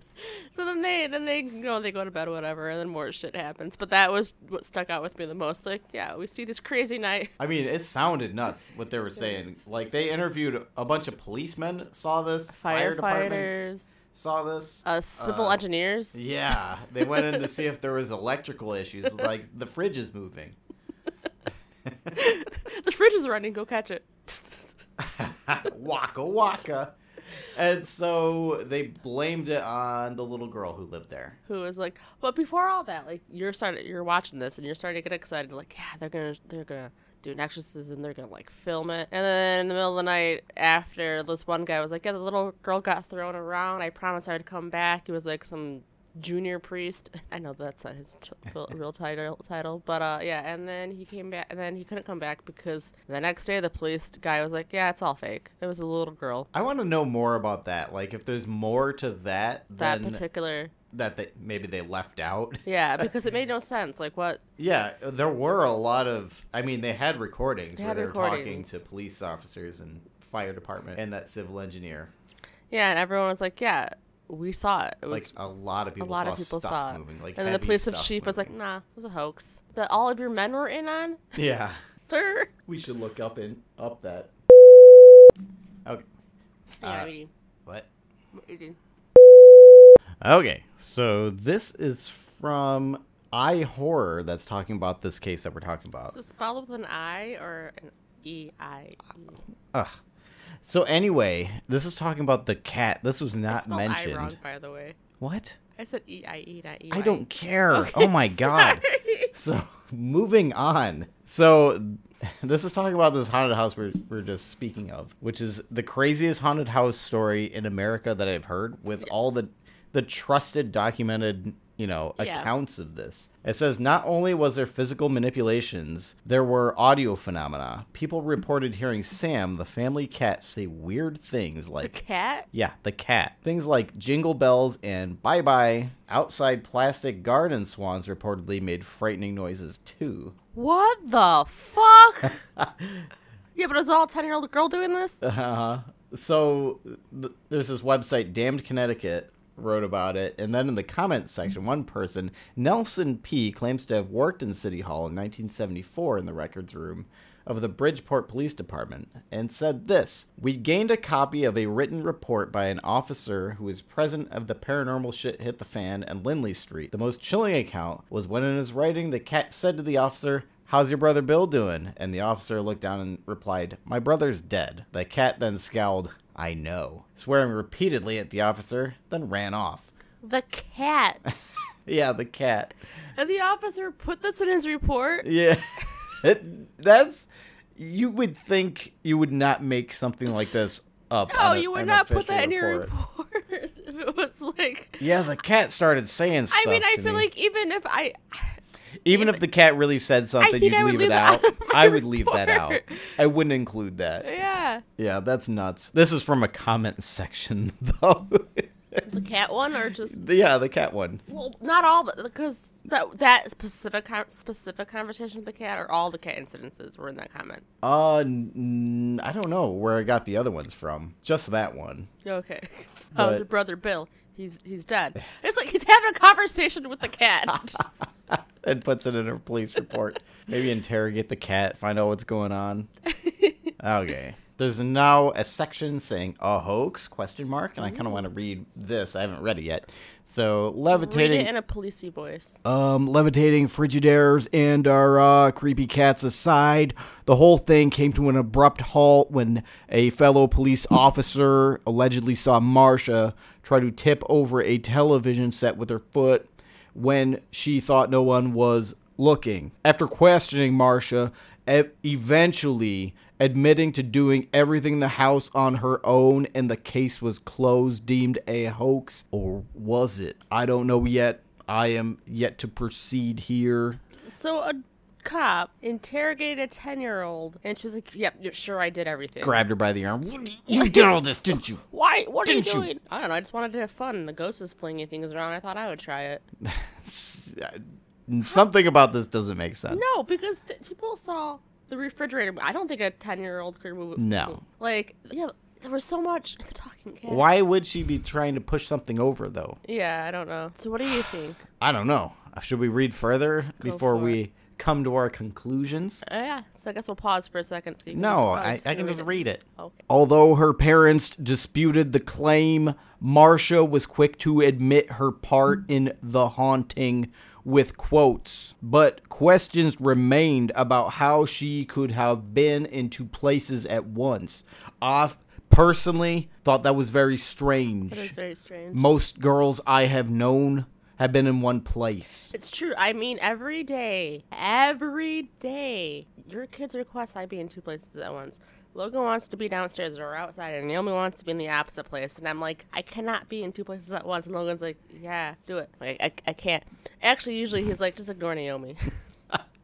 [SPEAKER 2] So then they then they you know they go to bed or whatever, and then more shit happens. But that was what stuck out with me the most. Like, yeah, we see this crazy night.
[SPEAKER 1] I mean, it sounded nuts what they were saying. Like they interviewed a bunch of policemen, saw this, fire department
[SPEAKER 2] Firefighters,
[SPEAKER 1] saw this.
[SPEAKER 2] uh, civil
[SPEAKER 1] Uh,
[SPEAKER 2] engineers.
[SPEAKER 1] Yeah, they went in to see if there was electrical issues, like the fridge is moving.
[SPEAKER 2] [laughs]
[SPEAKER 1] [laughs]
[SPEAKER 2] the fridge is running. Go catch it. [laughs]
[SPEAKER 1] waka waka. And so they blamed it on the little girl who lived there.
[SPEAKER 2] Who was like, but before all that, like you're starting, you're watching this, and you're starting to get excited. Like, yeah, they're gonna they're gonna do an exorcism. They're gonna like film it. And then in the middle of the night, after this one guy was like, yeah, the little girl got thrown around. I promised I would come back. It was like some junior priest. [laughs] I know that's not his t- full- real title, title, but uh, yeah. And then he came back, and then he couldn't come back because the next day the police guy was like, "Yeah, it's all fake. It was a little girl."
[SPEAKER 1] I want to know more about that. Like, if there's more to that
[SPEAKER 2] That
[SPEAKER 1] than
[SPEAKER 2] particular,
[SPEAKER 1] that they, maybe they left out.
[SPEAKER 2] yeah, because it made no sense. Like, what?
[SPEAKER 1] Yeah, there were a lot of. I mean, they had recordings
[SPEAKER 2] They
[SPEAKER 1] where
[SPEAKER 2] had
[SPEAKER 1] they were talking
[SPEAKER 2] recordings.
[SPEAKER 1] to police officers and fire department and that civil engineer.
[SPEAKER 2] Yeah, and everyone was like, "Yeah, we saw it. It
[SPEAKER 1] Like
[SPEAKER 2] was
[SPEAKER 1] a lot of people,
[SPEAKER 2] a lot
[SPEAKER 1] saw
[SPEAKER 2] of people
[SPEAKER 1] stuff
[SPEAKER 2] saw it."
[SPEAKER 1] moving. Like
[SPEAKER 2] and then the
[SPEAKER 1] heavy
[SPEAKER 2] police of
[SPEAKER 1] stuff
[SPEAKER 2] sheep was like,
[SPEAKER 1] moving.
[SPEAKER 2] "Nah, it was a hoax that all of your men were in on, [laughs]
[SPEAKER 1] yeah,
[SPEAKER 2] sir."
[SPEAKER 1] [laughs] we should look up and up that. Okay,
[SPEAKER 2] Yeah,
[SPEAKER 1] Uh,
[SPEAKER 2] we-
[SPEAKER 1] what?
[SPEAKER 2] we did.
[SPEAKER 1] Okay, so this is from I Horror that's talking about this case that we're talking about.
[SPEAKER 2] Is this spelled with an I or an E I?
[SPEAKER 1] Ugh. So anyway, this is talking about the cat. This was not mentioned.
[SPEAKER 2] I wrong, by the way.
[SPEAKER 1] What?
[SPEAKER 2] I said E I E, not E
[SPEAKER 1] I
[SPEAKER 2] Y. [laughs]
[SPEAKER 1] don't care.
[SPEAKER 2] Okay,
[SPEAKER 1] oh my god.
[SPEAKER 2] sorry. [laughs]
[SPEAKER 1] So moving on. So [laughs] this is talking about this haunted house we're, we're just speaking of, which is the craziest haunted house story in America that I've heard with all the the trusted documented you know
[SPEAKER 2] Yeah.
[SPEAKER 1] accounts of this it says not only was there physical manipulations there were audio phenomena people reported hearing sam the family cat say weird things
[SPEAKER 2] The
[SPEAKER 1] like
[SPEAKER 2] cat?
[SPEAKER 1] yeah, the cat. Things like jingle bells and bye bye. Outside plastic garden swans reportedly made frightening noises too.
[SPEAKER 2] What the fuck?
[SPEAKER 1] [laughs]
[SPEAKER 2] yeah, but is all ten year old girl doing this?
[SPEAKER 1] Uh-huh. So th- there's this website, Damned Connecticut, wrote about it. And then in the comments section, one person, Nelson P., claims to have worked in City Hall in 1974 in the records room of the Bridgeport Police Department and said this We gained a copy of a written report by an officer who was present of the paranormal shit hit the fan and Lindley Street. The most chilling account was when in his writing, the cat said to the officer, How's your brother Bill doing? And the officer looked down and replied, My brother's dead. The cat then scowled, I know, swearing repeatedly at the officer, then ran off.
[SPEAKER 2] The cat.
[SPEAKER 1] [laughs] Yeah, the cat.
[SPEAKER 2] and the officer put this in his report.
[SPEAKER 1] Yeah. [laughs] It- that's. You would think you would not make something like this up.
[SPEAKER 2] No,
[SPEAKER 1] on a-
[SPEAKER 2] Oh, you would
[SPEAKER 1] an
[SPEAKER 2] not put
[SPEAKER 1] official
[SPEAKER 2] that in your report. [laughs] if it was like.
[SPEAKER 1] Yeah, the cat started saying stuff.
[SPEAKER 2] I mean, I
[SPEAKER 1] to
[SPEAKER 2] feel
[SPEAKER 1] me.
[SPEAKER 2] like even if I,
[SPEAKER 1] Even if the cat really said something,
[SPEAKER 2] think
[SPEAKER 1] you'd
[SPEAKER 2] I would
[SPEAKER 1] leave it
[SPEAKER 2] leave that
[SPEAKER 1] out.
[SPEAKER 2] out of my
[SPEAKER 1] I would leave that out.
[SPEAKER 2] report.
[SPEAKER 1] I wouldn't include that.
[SPEAKER 2] yeah,
[SPEAKER 1] Yeah, that's nuts. This is from a comment section, [laughs] though.
[SPEAKER 2] the cat one or just
[SPEAKER 1] yeah, the cat one.
[SPEAKER 2] well, not all, but because that that specific con- specific conversation with the cat or all the cat incidences were in that comment.
[SPEAKER 1] Uh, n- I don't know where I got the other ones from. Just that one.
[SPEAKER 2] Okay. [laughs] Oh, it's
[SPEAKER 1] But-
[SPEAKER 2] your brother Bill. He's
[SPEAKER 1] [laughs]
[SPEAKER 2] he's dead. It's like he's having a conversation with the [laughs] cat.
[SPEAKER 1] And puts it in a police [laughs] report. Maybe interrogate the cat, find out what's going [laughs] on. Okay. There's now a section saying a hoax question mark, and I kind of want to read this. I haven't read it yet. So
[SPEAKER 2] Read
[SPEAKER 1] levitating.
[SPEAKER 2] it in a policey voice.
[SPEAKER 1] um, levitating Frigidaires and our uh, creepy cats aside, the whole thing came to an abrupt halt when a fellow police officer allegedly saw Marsha try to tip over a television set with her foot when she thought no one was looking. After questioning Marsha, e- eventually admitting to doing everything in the house on her own and the case was closed deemed a hoax or was it i don't know yet I am yet to proceed here.
[SPEAKER 2] So a cop interrogated a ten year old, and she was like, "Yep, yep, sure, I did everything."
[SPEAKER 1] Grabbed her by the arm. You did all this, didn't you?
[SPEAKER 2] Why? What are you
[SPEAKER 1] Didn't you-
[SPEAKER 2] doing? I don't know. I just wanted to have fun. The ghost was flinging things around. I thought I would try it.
[SPEAKER 1] Something about this doesn't make sense.
[SPEAKER 2] No, because th- people saw the refrigerator. I don't think a ten-year-old could move.
[SPEAKER 1] No.
[SPEAKER 2] Like, yeah, there was so much. The talking cat.
[SPEAKER 1] Why would she be trying to push something over, though?
[SPEAKER 2] Yeah, I don't know. So, what do you think?
[SPEAKER 1] I don't know. Should we read further before
[SPEAKER 2] for
[SPEAKER 1] we come to our conclusions?
[SPEAKER 2] [sighs] Uh, yeah. So I guess we'll pause for a second. So you can just-
[SPEAKER 1] No,
[SPEAKER 2] oh, I'm
[SPEAKER 1] I, I
[SPEAKER 2] gonna
[SPEAKER 1] can just read it.
[SPEAKER 2] it. Okay.
[SPEAKER 1] Although her parents disputed the claim, Marcia was quick to admit her part in the haunting with quotes. But questions remained about how she could have been in two places at once. I personally thought that was very strange.
[SPEAKER 2] That is very strange.
[SPEAKER 1] Most girls I have known have been in one place.
[SPEAKER 2] It's true. I mean, every day, every day, your kids request I be in two places at once. Logan wants to be downstairs or outside, and Naomi wants to be in the opposite place. And I'm like, I cannot be in two places at once. And Logan's like, Yeah, do it. Like, I, I can't. Actually, usually he's like, Just ignore Naomi. [laughs]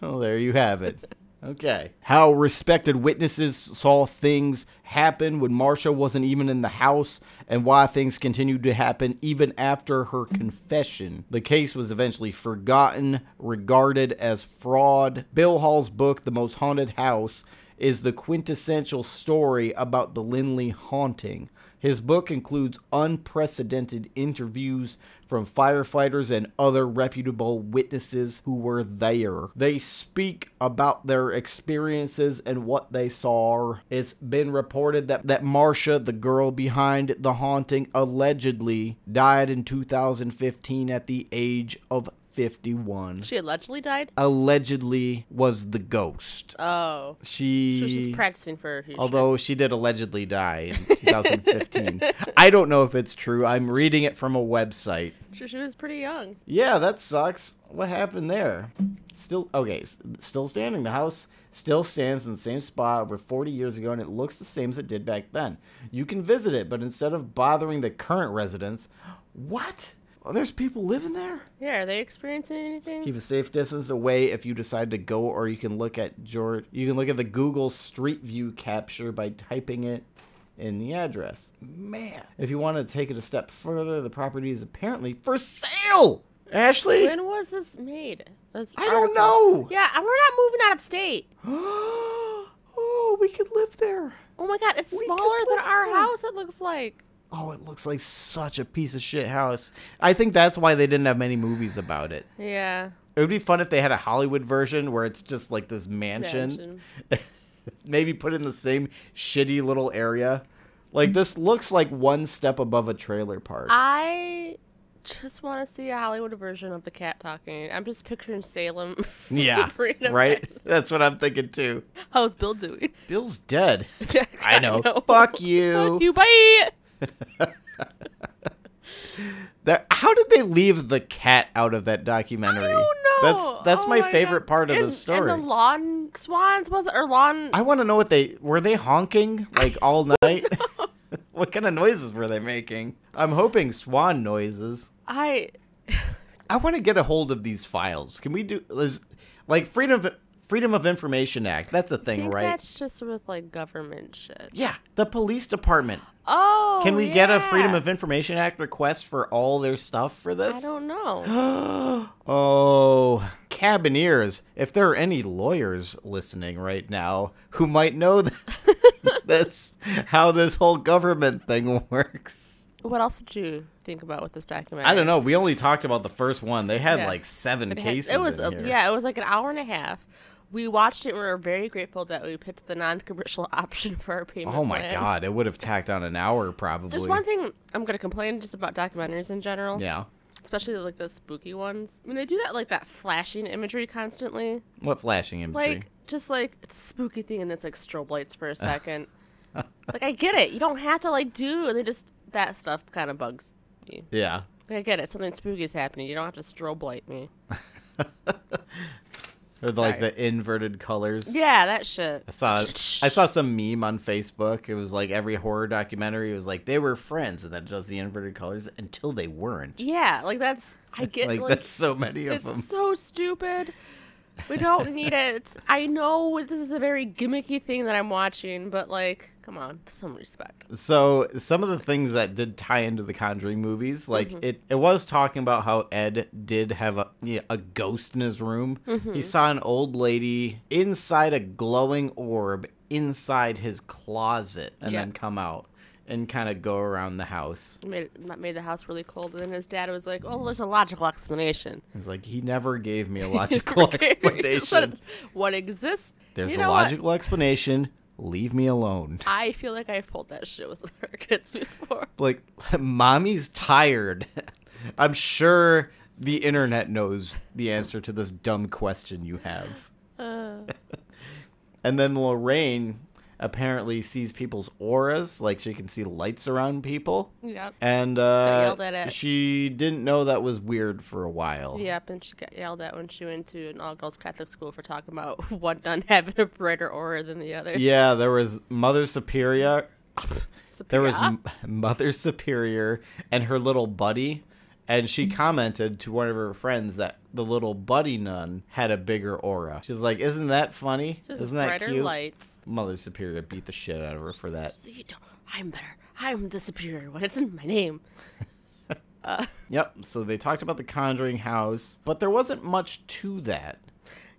[SPEAKER 1] Well, there you have it. Okay. How respected witnesses saw things happen when Marsha wasn't even in the house, and why things continued to happen even after her confession. The case was eventually forgotten, regarded as fraud. Bill Hall's book, The Most Haunted House,
[SPEAKER 4] is the quintessential story about the Linley haunting. His book includes unprecedented interviews from firefighters and other reputable witnesses who were there. They speak about their experiences and what they saw. It's been reported that, that Marcia, the girl behind the haunting, allegedly died in 2015 at the age of 51.
[SPEAKER 2] She allegedly died.
[SPEAKER 4] Allegedly was the ghost.
[SPEAKER 2] Oh,
[SPEAKER 4] She
[SPEAKER 2] so she's practicing for her future.
[SPEAKER 1] Although she did allegedly die in
[SPEAKER 4] 2015. I don't know if it's true. I'm reading it from a website.
[SPEAKER 2] she, she was pretty young.
[SPEAKER 4] Yeah, that sucks. What happened there? Still okay, s- still standing. The house still stands in the same spot over 40 years ago and it looks the same as it did back then. You can visit it, but instead of bothering the current residents, what? Oh, there's people living there?
[SPEAKER 2] Yeah, are they experiencing anything?
[SPEAKER 4] Keep a safe distance away if you decide to go, or you can look at George. You can look at the Google Street View capture by typing it in the address. Man, if you want to take it a step further, the property is apparently for sale. Ashley,
[SPEAKER 2] when was this made? That's
[SPEAKER 4] I don't know.
[SPEAKER 2] Yeah, and we're not moving out of state.
[SPEAKER 4] [gasps] oh, we could live there.
[SPEAKER 2] Oh my god, it's
[SPEAKER 4] We could
[SPEAKER 2] smaller than
[SPEAKER 4] live
[SPEAKER 2] our
[SPEAKER 4] there.
[SPEAKER 2] house. It looks like.
[SPEAKER 4] Oh, it looks like such a piece of shit house. I think that's why they didn't have many movies about it.
[SPEAKER 2] Yeah.
[SPEAKER 1] It would be fun if they had a Hollywood version where it's just like this mansion.
[SPEAKER 2] Mansion.
[SPEAKER 1] Maybe put in the same shitty little area.
[SPEAKER 4] Like this looks like one step above a trailer park.
[SPEAKER 2] Ah, I just want to see a Hollywood version of the cat talking. I'm just picturing Salem. [laughs] from
[SPEAKER 1] Yeah.
[SPEAKER 2] Sabrina
[SPEAKER 1] Right? [laughs] That's what I'm thinking too.
[SPEAKER 2] [laughs] How's Bill doing? [laughs]
[SPEAKER 1] Bill's [laughs] dead.
[SPEAKER 2] I
[SPEAKER 1] know.
[SPEAKER 4] Fuck
[SPEAKER 2] [laughs]
[SPEAKER 4] you.
[SPEAKER 2] You bite.
[SPEAKER 1] That how did they leave the cat out of that documentary? That's that's my, favorite part of
[SPEAKER 2] Oh and,
[SPEAKER 1] the story.
[SPEAKER 2] And the lawn swans was it or lawn?
[SPEAKER 1] I want to know what they were they honking like all night? [laughs] what kind of noises were they making? I'm hoping swan noises.
[SPEAKER 2] I
[SPEAKER 1] I want to get a hold of these files. Can we do is like freedom of Freedom of Information Act? That's a thing,
[SPEAKER 2] think
[SPEAKER 1] right?
[SPEAKER 2] that's just with like government shit.
[SPEAKER 1] Yeah, the police department.
[SPEAKER 2] Oh,
[SPEAKER 1] Can we get a Freedom
[SPEAKER 2] yeah.
[SPEAKER 1] of Information Act request for all their stuff for this? [gasps]
[SPEAKER 2] I don't know.
[SPEAKER 1] oh, Cabineers. If there are any lawyers listening right now who might know
[SPEAKER 2] [laughs]
[SPEAKER 1] th- this, how this whole government thing works.
[SPEAKER 2] What else did you think about with this documentary?
[SPEAKER 1] I don't know. We only talked about the first one. They had
[SPEAKER 2] Yeah.
[SPEAKER 1] like seven
[SPEAKER 2] It, had-
[SPEAKER 1] cases.
[SPEAKER 2] it was
[SPEAKER 1] in
[SPEAKER 2] a-
[SPEAKER 1] here.
[SPEAKER 2] yeah, it was like an hour and a half. We watched it. and We were very grateful that we picked the non-commercial [laughs] option for our payment.
[SPEAKER 1] Oh my
[SPEAKER 2] plan.
[SPEAKER 1] god, it would have tacked on an hour probably.
[SPEAKER 2] There's one thing I'm gonna complain just about documentaries in general,
[SPEAKER 1] Yeah.
[SPEAKER 2] especially like the spooky ones. When they do that, like that flashing imagery constantly,
[SPEAKER 1] What flashing imagery?
[SPEAKER 2] like just like it's a spooky thing, and it's like strobe
[SPEAKER 1] [laughs]
[SPEAKER 2] lights for a second. like I get it, you don't have to like do. They just that stuff kind of bugs me.
[SPEAKER 1] yeah.
[SPEAKER 2] Like, I get it, something spooky is happening. You don't have to strobe light me.
[SPEAKER 1] Or the, like the inverted colors.
[SPEAKER 2] Yeah, that shit.
[SPEAKER 1] I saw I saw some meme on Facebook. It was like every horror documentary it was like they were friends and then it does the inverted colors until they weren't.
[SPEAKER 2] Yeah, like that's I get
[SPEAKER 1] like,
[SPEAKER 2] like,
[SPEAKER 1] that's so many of them.
[SPEAKER 2] it's so stupid.
[SPEAKER 1] [laughs]
[SPEAKER 2] We don't need it. I know this is a very gimmicky thing that I'm watching, but like, come on, some respect.
[SPEAKER 1] So some of the things that did tie into the Conjuring movies, like
[SPEAKER 2] Mm-hmm.
[SPEAKER 1] it, it was talking about how Ed did have a yeah, a ghost in his room.
[SPEAKER 2] Mm-hmm.
[SPEAKER 1] He saw an old lady inside a glowing orb inside his closet, and
[SPEAKER 2] Yeah.
[SPEAKER 1] then come out and kind of go around the house.
[SPEAKER 2] It Made it, that made the house really cold, and then his dad was like, "Oh, there's a
[SPEAKER 1] [laughs]
[SPEAKER 2] logical explanation." [laughs]
[SPEAKER 1] It's like he never gave me a logical explanation.
[SPEAKER 2] what exists?
[SPEAKER 1] There's
[SPEAKER 2] you
[SPEAKER 1] a
[SPEAKER 2] know what?
[SPEAKER 1] logical explanation. Leave me alone.
[SPEAKER 2] I feel like I've pulled that shit with [laughs] our kids before. [laughs]
[SPEAKER 1] Like, [laughs] mommy's tired. [laughs] I'm sure the internet knows the answer to this dumb question you have.
[SPEAKER 2] Uh.
[SPEAKER 1] [laughs] and then Lorraine apparently sees people's auras, like she can see lights around people.
[SPEAKER 2] Yep.
[SPEAKER 1] And
[SPEAKER 2] Got
[SPEAKER 1] uh,
[SPEAKER 2] yelled at it.
[SPEAKER 1] she didn't know that was weird for a while.
[SPEAKER 2] Yep, and she got yelled at when she went to an all girls Catholic school for talking about [laughs] one nun having a brighter aura than the other.
[SPEAKER 1] Yeah, there was Mother Superior. [laughs] There was
[SPEAKER 2] Superior.
[SPEAKER 1] M- [laughs] Mother Superior and her little buddy, and she commented to one of her friends that the little buddy nun had a bigger aura. She's like, "Isn't that funny?
[SPEAKER 2] Just
[SPEAKER 1] Isn't that
[SPEAKER 2] brighter
[SPEAKER 1] cute?"
[SPEAKER 2] lights.
[SPEAKER 1] Mother Superior beat the shit out of her for that.
[SPEAKER 2] So you don't, I'm better. I'm the superior one. It's in my name.
[SPEAKER 1] Yep. So they talked about the Conjuring house, but there wasn't much to that.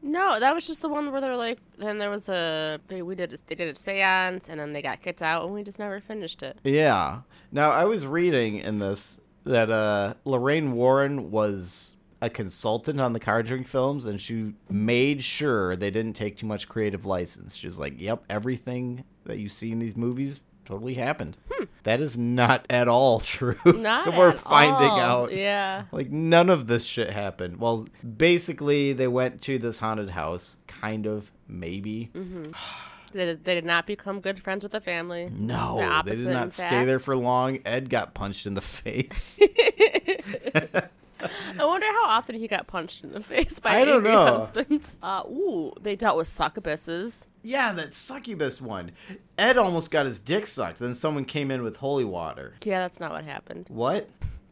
[SPEAKER 2] No, that was just the one where they're like. Then there was a they we did they did a séance and then they got kicked out and we just never finished it.
[SPEAKER 1] Yeah. Now I was reading in this that uh, Lorraine Warren was a consultant on the Conjuring films, and she made sure they didn't take too much creative license. She was like, "Yep, everything that you see in these movies." Totally happened. That is not at all [laughs] true.
[SPEAKER 2] Hmm. Not
[SPEAKER 1] we're
[SPEAKER 2] at
[SPEAKER 1] finding
[SPEAKER 2] all.
[SPEAKER 1] out.
[SPEAKER 2] Yeah.
[SPEAKER 1] Like none of this shit happened. Well, basically they went to this haunted house, kind of, maybe.
[SPEAKER 2] Mm-hmm. They, they did not become good friends with the family.
[SPEAKER 1] No,
[SPEAKER 2] The
[SPEAKER 1] they did
[SPEAKER 2] opposite, in
[SPEAKER 1] not stay there
[SPEAKER 2] fact.
[SPEAKER 1] for long. Ed got punched in the [laughs] face.
[SPEAKER 2] I wonder how often he got punched in the [laughs] face by
[SPEAKER 1] I don't
[SPEAKER 2] angry
[SPEAKER 1] know.
[SPEAKER 2] husbands. [laughs] Uh, ooh, they dealt with succubuses.
[SPEAKER 1] yeah, that succubus one. Ed almost got his dick sucked. Then someone came in with holy water.
[SPEAKER 2] Yeah, that's not what happened.
[SPEAKER 1] What?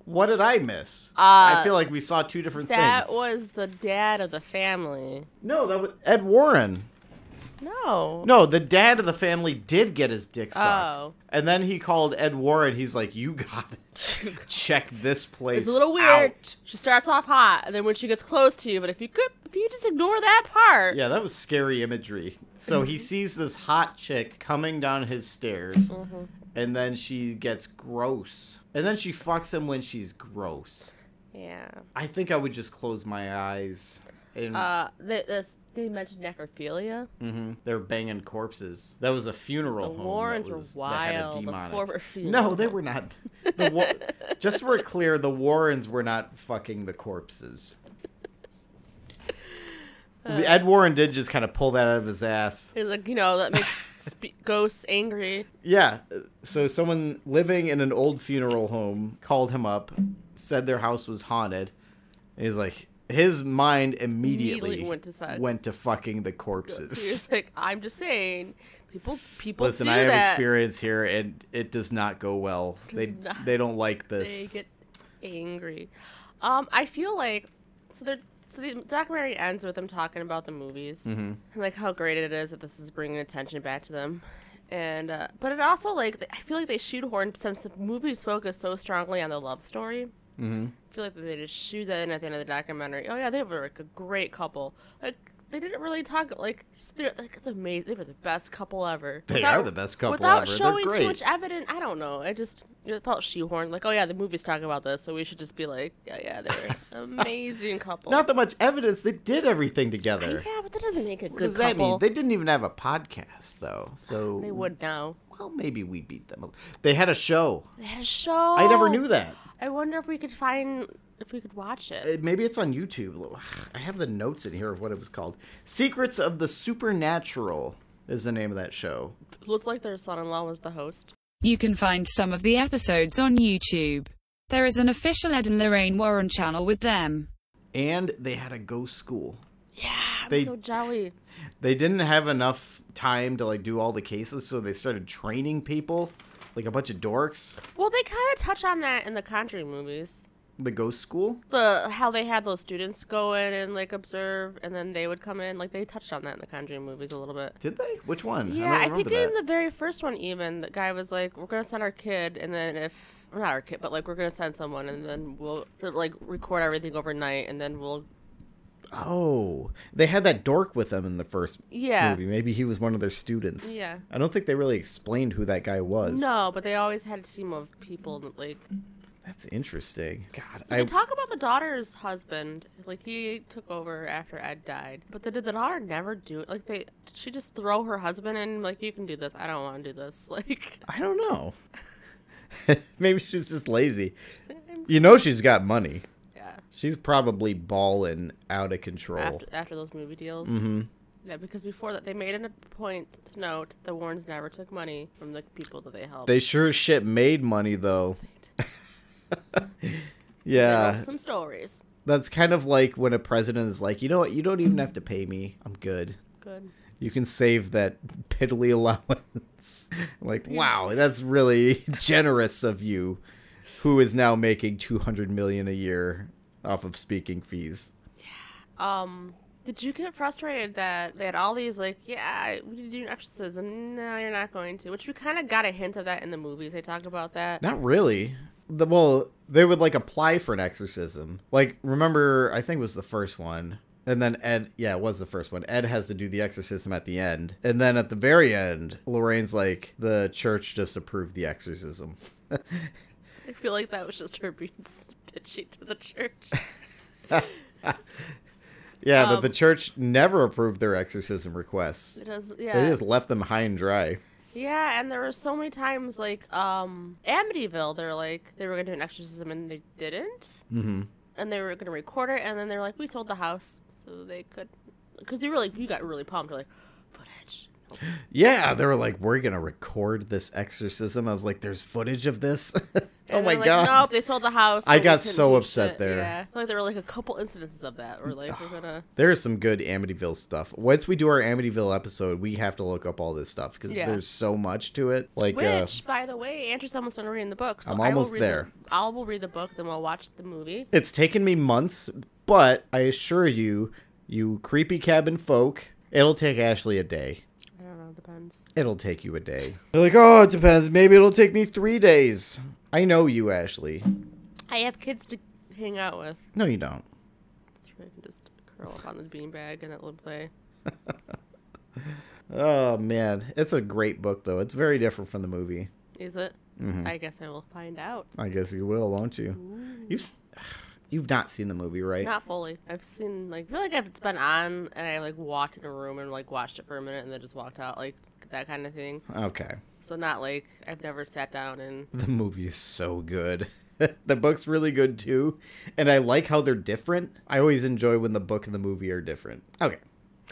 [SPEAKER 1] What did I miss? I
[SPEAKER 2] Uh,
[SPEAKER 1] feel like we saw two different
[SPEAKER 2] That
[SPEAKER 1] things.
[SPEAKER 2] was the dad of the family.
[SPEAKER 1] no, that was Ed Warren.
[SPEAKER 2] No.
[SPEAKER 1] No, the dad of the family did get his dick sucked.
[SPEAKER 2] Oh.
[SPEAKER 1] And then he called Ed Warren. He's like, "You got
[SPEAKER 2] [laughs]
[SPEAKER 1] it. Check this place.
[SPEAKER 2] It's a little weird.
[SPEAKER 1] out."
[SPEAKER 2] She starts off hot, and then when she gets close to you, but if you could, if you just ignore that part,
[SPEAKER 1] Yeah, that was scary imagery. So
[SPEAKER 2] [laughs]
[SPEAKER 1] he sees this hot chick coming down his stairs,
[SPEAKER 2] Mm-hmm.
[SPEAKER 1] and then she gets gross. And then she fucks him when she's gross.
[SPEAKER 2] yeah.
[SPEAKER 1] I think I would just close my eyes. And
[SPEAKER 2] Uh, they, this, they mentioned necrophilia.
[SPEAKER 1] mhm, they're banging corpses. That was a funeral home.
[SPEAKER 2] The
[SPEAKER 1] that
[SPEAKER 2] Warrens were
[SPEAKER 1] was- that had a
[SPEAKER 2] wild, the
[SPEAKER 1] demonic-
[SPEAKER 2] former
[SPEAKER 1] No,
[SPEAKER 2] funeral
[SPEAKER 1] they
[SPEAKER 2] home.
[SPEAKER 1] were not. The
[SPEAKER 2] [laughs]
[SPEAKER 1] wa- just so we're clear, the Warrens were not fucking the corpses.
[SPEAKER 2] Uh.
[SPEAKER 1] Ed Warren did just kind of pull that out of his ass.
[SPEAKER 2] It's like you know
[SPEAKER 1] [laughs]
[SPEAKER 2] that makes sp- ghosts angry.
[SPEAKER 1] Yeah. So someone living in an old funeral home called him up, said their house was haunted. And he's like, his mind immediately,
[SPEAKER 2] Immediately went to sex.
[SPEAKER 1] went to fucking the
[SPEAKER 2] You're
[SPEAKER 1] corpses.
[SPEAKER 2] just like I'm just saying, people people
[SPEAKER 1] Listen,
[SPEAKER 2] do
[SPEAKER 1] I have
[SPEAKER 2] that.
[SPEAKER 1] experience here, and it does not go well. They
[SPEAKER 2] not-
[SPEAKER 1] they don't like
[SPEAKER 2] They
[SPEAKER 1] this.
[SPEAKER 2] get angry. Um, I feel like so they're so the documentary ends with them talking about the movies
[SPEAKER 1] Mm-hmm.
[SPEAKER 2] and like how great it is that this is bringing attention back to them. And uh, but it also like I feel like they shoehorn since the movies focus so strongly on the love story. Mm-hmm. I feel like they just shoot that in at the end of the documentary. Oh yeah, they were like a great couple. Like they didn't really talk like s- they're like it's amazing. They were the best couple ever.
[SPEAKER 1] They are the best couple
[SPEAKER 2] without
[SPEAKER 1] ever. They're
[SPEAKER 2] showing too
[SPEAKER 1] great.
[SPEAKER 2] much evidence. I don't know. I just it felt shoehorned. Like, oh yeah, the movie's talking about this, so we should just be like, yeah, yeah, they're [laughs] an amazing couple.
[SPEAKER 1] Not that much evidence. They did everything together.
[SPEAKER 2] yeah, but that doesn't make a
[SPEAKER 1] What
[SPEAKER 2] good
[SPEAKER 1] does that
[SPEAKER 2] couple.
[SPEAKER 1] mean? They didn't even have a podcast though. So
[SPEAKER 2] They, would now.
[SPEAKER 1] Well, maybe we beat them. They had a show.
[SPEAKER 2] They had a show.
[SPEAKER 1] I never knew that.
[SPEAKER 2] I wonder if we could find if we could watch it.
[SPEAKER 1] Uh, Maybe it's on YouTube. I have the notes in here of what it was called. Secrets of the Supernatural is the name of that show.
[SPEAKER 2] Looks like their son-in-law was the host.
[SPEAKER 3] You can find some of the episodes on YouTube. There is an official Ed and Lorraine Warren channel with them.
[SPEAKER 1] And they had a ghost school.
[SPEAKER 2] Yeah, I'm
[SPEAKER 1] They-
[SPEAKER 2] so jelly.
[SPEAKER 1] They didn't have enough time to like do all the cases, so they started training people, like a bunch of dorks.
[SPEAKER 2] Well, they kind of touch on that in the Conjuring movies.
[SPEAKER 1] The ghost school.
[SPEAKER 2] The how they had those students go in and like observe, and then they would come in. Like they touched on that in the Conjuring movies a little bit.
[SPEAKER 1] Did they? Which one?
[SPEAKER 2] Yeah,
[SPEAKER 1] don't
[SPEAKER 2] I, think
[SPEAKER 1] remember that.
[SPEAKER 2] in the very first one, even the guy was like, "We're gonna send our kid, and then if or not our kid, but like we're gonna send someone, and then we'll to, like record everything overnight, and then we'll
[SPEAKER 1] Oh, they had that dork with them in the first
[SPEAKER 2] Yeah.
[SPEAKER 1] movie. Maybe he was one of their students.
[SPEAKER 2] Yeah.
[SPEAKER 1] I don't think they really explained who that guy was.
[SPEAKER 2] no." But they always had a team of people. Like
[SPEAKER 1] That's interesting. God,
[SPEAKER 2] so
[SPEAKER 1] I
[SPEAKER 2] they talk about the daughter's husband, like he took over after Ed died, but the, did the daughter never do it? Like they, did she just throw her husband in? Like you can do this. I don't want to do this. [laughs] Like
[SPEAKER 1] I don't know. [laughs] Maybe she's just lazy. You know she's got money.
[SPEAKER 2] yeah,
[SPEAKER 1] She's probably balling out of control.
[SPEAKER 2] after after those movie deals.
[SPEAKER 1] Mm-hmm.
[SPEAKER 2] Yeah, because before that, they made it a point to note the Warrens never took money from the people that they helped.
[SPEAKER 1] They sure as shit made money though.
[SPEAKER 2] They
[SPEAKER 1] [laughs] yeah.
[SPEAKER 2] wrote some stories.
[SPEAKER 1] That's kind of like when a president is like, "You know what? You don't even have to pay me. I'm good."
[SPEAKER 2] Good.
[SPEAKER 1] You can save that [laughs] piddly allowance. [laughs] like, wow, that's really generous of you, who is now making 200 million a year off of speaking fees.
[SPEAKER 2] Um, did you get frustrated that they had all these like, yeah, we need to do an exorcism. No, you're not going to. Which we kind of got a hint of that in the movies. They talk about that.
[SPEAKER 1] Not really. The, well, they would like apply for an exorcism. Like, remember, I think it was the first one And then Ed, yeah, it was the first one. Ed has to do the exorcism at the end. And then at the very end, Lorraine's like, the church just approved the exorcism. [laughs]
[SPEAKER 2] I feel like that was just her being [laughs] bitchy to the [laughs] church.
[SPEAKER 1] Yeah, but
[SPEAKER 2] Um,
[SPEAKER 1] the church never approved their exorcism requests.
[SPEAKER 2] It does, yeah.
[SPEAKER 1] They just left them high and dry.
[SPEAKER 2] Yeah, and there were so many times like um Amityville, they're like they were gonna do an exorcism and they didn't,
[SPEAKER 1] Mm-hmm.
[SPEAKER 2] and they were gonna record it, and then they're like, we told the house so they could, because you were like you got really pumped, you're like footage.
[SPEAKER 1] Yeah, they were like, we're going to record this exorcism. I was like, there's footage of this? [laughs] oh
[SPEAKER 2] And
[SPEAKER 1] my
[SPEAKER 2] they're like,
[SPEAKER 1] God.
[SPEAKER 2] Nope, they sold the house.
[SPEAKER 1] I
[SPEAKER 2] we
[SPEAKER 1] got
[SPEAKER 2] couldn't
[SPEAKER 1] so
[SPEAKER 2] do
[SPEAKER 1] upset
[SPEAKER 2] shit."
[SPEAKER 1] there.
[SPEAKER 2] Yeah, I feel like there were like a couple incidences of that. We're like, we're gonna.
[SPEAKER 1] There's some good Amityville stuff. Once we do our Amityville episode, we have to look up all this stuff because
[SPEAKER 2] Yeah.
[SPEAKER 1] there's so much to it. Like, uh,
[SPEAKER 2] Which, by the way, Andrew's almost done reading the book. So
[SPEAKER 1] I'm
[SPEAKER 2] I will
[SPEAKER 1] almost
[SPEAKER 2] read the-
[SPEAKER 1] there.
[SPEAKER 2] I will read the book, then we'll watch the movie.
[SPEAKER 1] it's taken me months, but I assure you, you creepy cabin folk, it'll take Ashley a day.
[SPEAKER 2] I don't know, depends.
[SPEAKER 1] It'll take you a
[SPEAKER 2] [laughs]
[SPEAKER 1] day. You're like, oh, it depends. Maybe it'll take me three days. I know you, Ashley.
[SPEAKER 2] I have kids to hang out with.
[SPEAKER 1] No, you don't.
[SPEAKER 2] That's right. I can just curl up on the beanbag and it'll play.
[SPEAKER 1] Oh man, it's a great book though. It's very different from the movie.
[SPEAKER 2] Is it?
[SPEAKER 1] Mhm.
[SPEAKER 2] I guess I will find out.
[SPEAKER 1] I guess you will, won't you? You've [sighs] you've not seen the movie, right?
[SPEAKER 2] Not fully. I've seen like I feel like if it's been on and I like walked in a room and like watched it for a minute and then just walked out like that kind of thing.
[SPEAKER 1] Okay.
[SPEAKER 2] So not like I've never sat down and
[SPEAKER 1] [laughs] The movie is so good. [laughs] the book's really good too, and I like how they're different. I always enjoy when the book and the movie are different. Okay.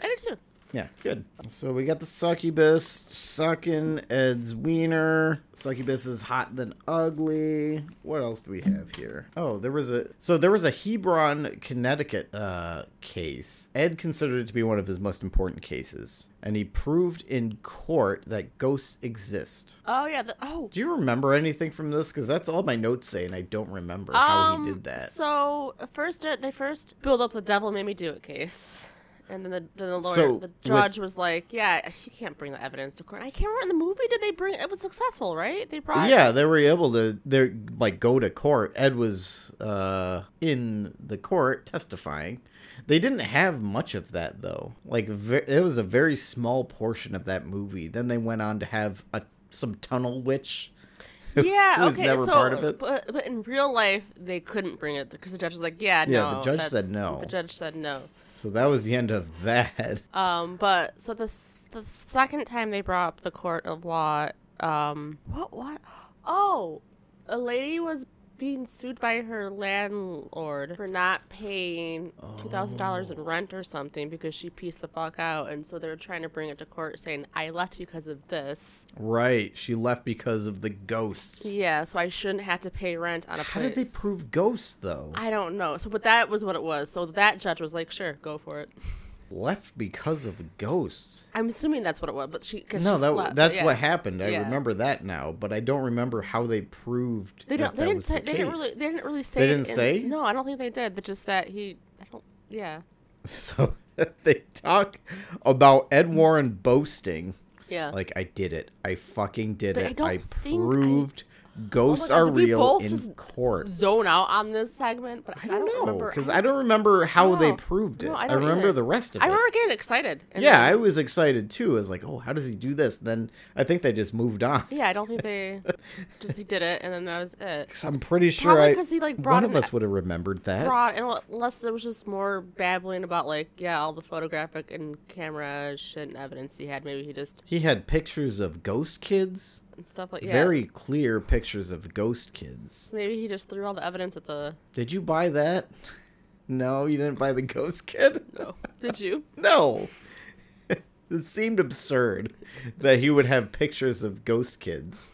[SPEAKER 2] I did too.
[SPEAKER 1] Yeah, good. So we got the succubus sucking Ed's wiener. Succubus is hot than ugly. What else do we have here? Oh, there was a so there was a Hebron, Connecticut uh, case. Ed considered it to be one of his most important cases, and he proved in court that ghosts exist.
[SPEAKER 2] Oh yeah. The, oh.
[SPEAKER 1] Do you remember anything from this? Because that's all my notes say, and I don't remember how he
[SPEAKER 2] um,
[SPEAKER 1] did that.
[SPEAKER 2] So uh, first uh, they first build up the devil made me do it case. And then the, then the lawyer,
[SPEAKER 1] So,
[SPEAKER 2] the
[SPEAKER 1] with-
[SPEAKER 2] judge was like, "Yeah, you can't bring the evidence to court." I can't remember in the movie did they bring it was successful, right? They brought
[SPEAKER 1] yeah, they were able to they like go to court. Ed was uh in the court testifying. They didn't have much of that though. Like ve- it was a very small portion of that movie. Then they went on to have a some tunnel witch.
[SPEAKER 2] [laughs] yeah,
[SPEAKER 1] who was
[SPEAKER 2] okay.
[SPEAKER 1] never
[SPEAKER 2] so,
[SPEAKER 1] part of it.
[SPEAKER 2] But, but in real life, they couldn't bring it because the judge was like, "Yeah,
[SPEAKER 1] Yeah,
[SPEAKER 2] no."
[SPEAKER 1] the judge said
[SPEAKER 2] that's-
[SPEAKER 1] no.
[SPEAKER 2] The judge said no.
[SPEAKER 1] So that was the end of that. [laughs]
[SPEAKER 2] Um, but so the s- the second time they brought up the court of law, um, what what? Oh, a lady was being sued by her landlord for not paying two thousand dollars in rent or something because she pieced the fuck out, and so they were trying to bring it to court saying, "I left because of this."
[SPEAKER 1] Right, she left because of the ghosts.
[SPEAKER 2] Yeah, so I shouldn't have to pay rent on a
[SPEAKER 1] How
[SPEAKER 2] place.
[SPEAKER 1] did they prove ghosts though?
[SPEAKER 2] I don't know. So, but that was what it was. So that judge was like, "Sure, go for it."
[SPEAKER 1] Left because of ghosts.
[SPEAKER 2] I'm assuming that's what it was, but she cause
[SPEAKER 1] No,
[SPEAKER 2] she
[SPEAKER 1] that
[SPEAKER 2] fled, but
[SPEAKER 1] that's
[SPEAKER 2] yeah.
[SPEAKER 1] what happened. I
[SPEAKER 2] Yeah.
[SPEAKER 1] remember that now, but I don't remember how they proved
[SPEAKER 2] They
[SPEAKER 1] that
[SPEAKER 2] don't. They
[SPEAKER 1] that
[SPEAKER 2] didn't.
[SPEAKER 1] was
[SPEAKER 2] say,
[SPEAKER 1] the
[SPEAKER 2] they didn't really.
[SPEAKER 1] case.
[SPEAKER 2] They didn't really say.
[SPEAKER 1] They
[SPEAKER 2] it
[SPEAKER 1] didn't
[SPEAKER 2] in-
[SPEAKER 1] say?
[SPEAKER 2] No, I don't think they did. But just that he. I don't. Yeah.
[SPEAKER 1] [laughs] So they talk about Ed Warren boasting,
[SPEAKER 2] Yeah.
[SPEAKER 1] like I did it, I fucking did
[SPEAKER 2] But I
[SPEAKER 1] it,
[SPEAKER 2] don't
[SPEAKER 1] I,
[SPEAKER 2] think I- Oh
[SPEAKER 1] proved ghosts
[SPEAKER 2] God,
[SPEAKER 1] are
[SPEAKER 2] did we
[SPEAKER 1] real
[SPEAKER 2] both
[SPEAKER 1] in
[SPEAKER 2] just
[SPEAKER 1] court.
[SPEAKER 2] Zone out on this segment, but
[SPEAKER 1] I don't know
[SPEAKER 2] remember.
[SPEAKER 1] because I don't remember how they
[SPEAKER 2] No.
[SPEAKER 1] proved it.
[SPEAKER 2] No, I
[SPEAKER 1] I,
[SPEAKER 2] don't
[SPEAKER 1] remember
[SPEAKER 2] either.
[SPEAKER 1] the rest of it.
[SPEAKER 2] I remember getting excited. and
[SPEAKER 1] yeah, I
[SPEAKER 2] then-
[SPEAKER 1] was excited too. I was like, "Oh, how does he do this?" Then I think they just moved on.
[SPEAKER 2] [laughs] yeah, I don't think they. Just he did it, and then that was
[SPEAKER 1] [laughs]
[SPEAKER 2] it.
[SPEAKER 1] 'Cause I'm pretty sure
[SPEAKER 2] Probably
[SPEAKER 1] I
[SPEAKER 2] 'cause he, like,
[SPEAKER 1] one
[SPEAKER 2] brought
[SPEAKER 1] of
[SPEAKER 2] an-
[SPEAKER 1] us would have remembered that.
[SPEAKER 2] broad and l- unless it was just more babbling about like yeah all the photographic and camera shit and evidence he had maybe he just
[SPEAKER 1] He had pictures of ghost kids.
[SPEAKER 2] and stuff like yeah
[SPEAKER 1] Very clear pictures of ghost kids.
[SPEAKER 2] so maybe he just threw all the evidence at the
[SPEAKER 1] Did you buy that? [laughs] No, you didn't buy the ghost kid? [laughs]
[SPEAKER 2] no oh, did you
[SPEAKER 1] No. [laughs] it seemed absurd that he would have pictures of ghost kids.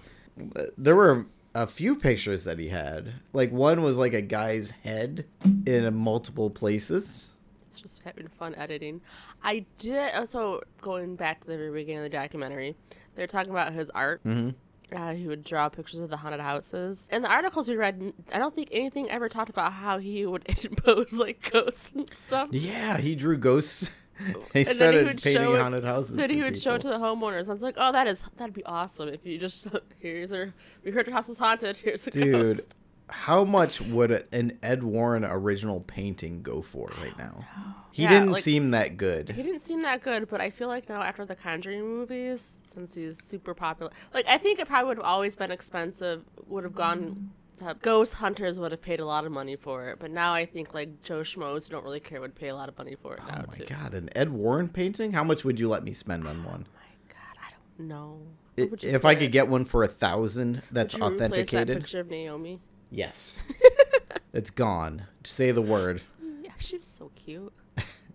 [SPEAKER 1] There were a few pictures that he had. Like one was like a guy's head in multiple places.
[SPEAKER 2] it's just having fun editing i did also going back to the very beginning of the documentary they're talking about his art mm-hmm. uh, he would draw pictures of the haunted houses and the articles we read n- i don't think anything ever talked about how he would [laughs] impose like ghosts and stuff
[SPEAKER 1] Yeah, he drew ghosts. [laughs] They
[SPEAKER 2] then he
[SPEAKER 1] started
[SPEAKER 2] would show
[SPEAKER 1] painting
[SPEAKER 2] it-
[SPEAKER 1] haunted houses.
[SPEAKER 2] Then
[SPEAKER 1] for
[SPEAKER 2] he would show it to
[SPEAKER 1] people.
[SPEAKER 2] the homeowners. I was like, oh, [laughs] that is that'd be awesome if you just here's our we heard your house is haunted. Here's a
[SPEAKER 1] Dude,
[SPEAKER 2] ghost.
[SPEAKER 1] how much would a, an Ed Warren original painting go for right
[SPEAKER 2] [gasps]
[SPEAKER 1] now? He
[SPEAKER 2] Yeah,
[SPEAKER 1] didn't
[SPEAKER 2] like-
[SPEAKER 1] seem that good.
[SPEAKER 2] He didn't seem that good, but I feel like now after the Conjuring movies, since he's super popular, like I think it probably would have always been expensive. Would have gone. To, ghost hunters would have paid a lot of money for it, but now I think like Joe Schmoes who don't really care would pay a lot of money for it now
[SPEAKER 1] Oh my
[SPEAKER 2] too.
[SPEAKER 1] god, an Ed Warren painting? How much would you let me spend on one?
[SPEAKER 2] God, I don't know.
[SPEAKER 1] I-
[SPEAKER 2] What would you
[SPEAKER 1] If I
[SPEAKER 2] put
[SPEAKER 1] could
[SPEAKER 2] it?
[SPEAKER 1] get one for a thousand, that's
[SPEAKER 2] Would you replace that
[SPEAKER 1] authenticated.
[SPEAKER 2] picture of Naomi. [laughs]
[SPEAKER 1] Yes, it's gone. Say the word.
[SPEAKER 2] Yeah, she was so cute.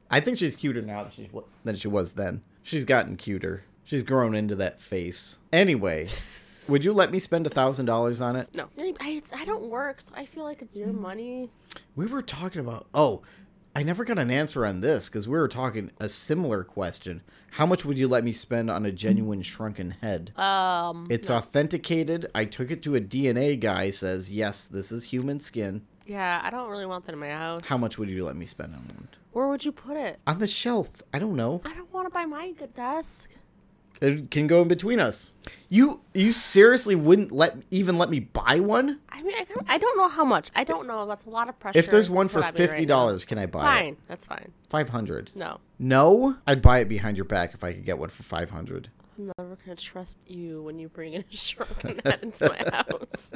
[SPEAKER 1] I think she's cuter now than she, wa- than she was then. She's gotten cuter. She's grown into that face. Anyway, would you let me spend a thousand dollars on it?
[SPEAKER 2] No, I, I, it's- I don't work, so I feel like it's
[SPEAKER 1] Mm-hmm.
[SPEAKER 2] your money.
[SPEAKER 1] We were talking about. Oh, I never got an answer on this because we were talking a similar question. How much would you let me spend on a genuine shrunken head?
[SPEAKER 2] Um,
[SPEAKER 1] It's authenticated. I took it to a DNA guy. Says yes, this is human skin.
[SPEAKER 2] yeah, I don't really want that in my house.
[SPEAKER 1] How much would you let me spend on one?
[SPEAKER 2] Where would you put it?
[SPEAKER 1] On the shelf. I don't know.
[SPEAKER 2] I don't want to buy my good desk.
[SPEAKER 1] It can go in between us. You you seriously wouldn't let even let me buy one?
[SPEAKER 2] I mean, I don't, I don't know how much. I don't know. That's a lot of pressure.
[SPEAKER 1] If there's one
[SPEAKER 2] put
[SPEAKER 1] for
[SPEAKER 2] on me right
[SPEAKER 1] fifty
[SPEAKER 2] now.
[SPEAKER 1] dollars, can I buy it?
[SPEAKER 2] fine. That's fine.
[SPEAKER 1] Five hundred.
[SPEAKER 2] No,
[SPEAKER 1] No, I'd buy it behind your back if I could get one for five hundred.
[SPEAKER 2] I'm never gonna trust you when you bring in a [laughs] shrunken head into my
[SPEAKER 1] [laughs]
[SPEAKER 2] house.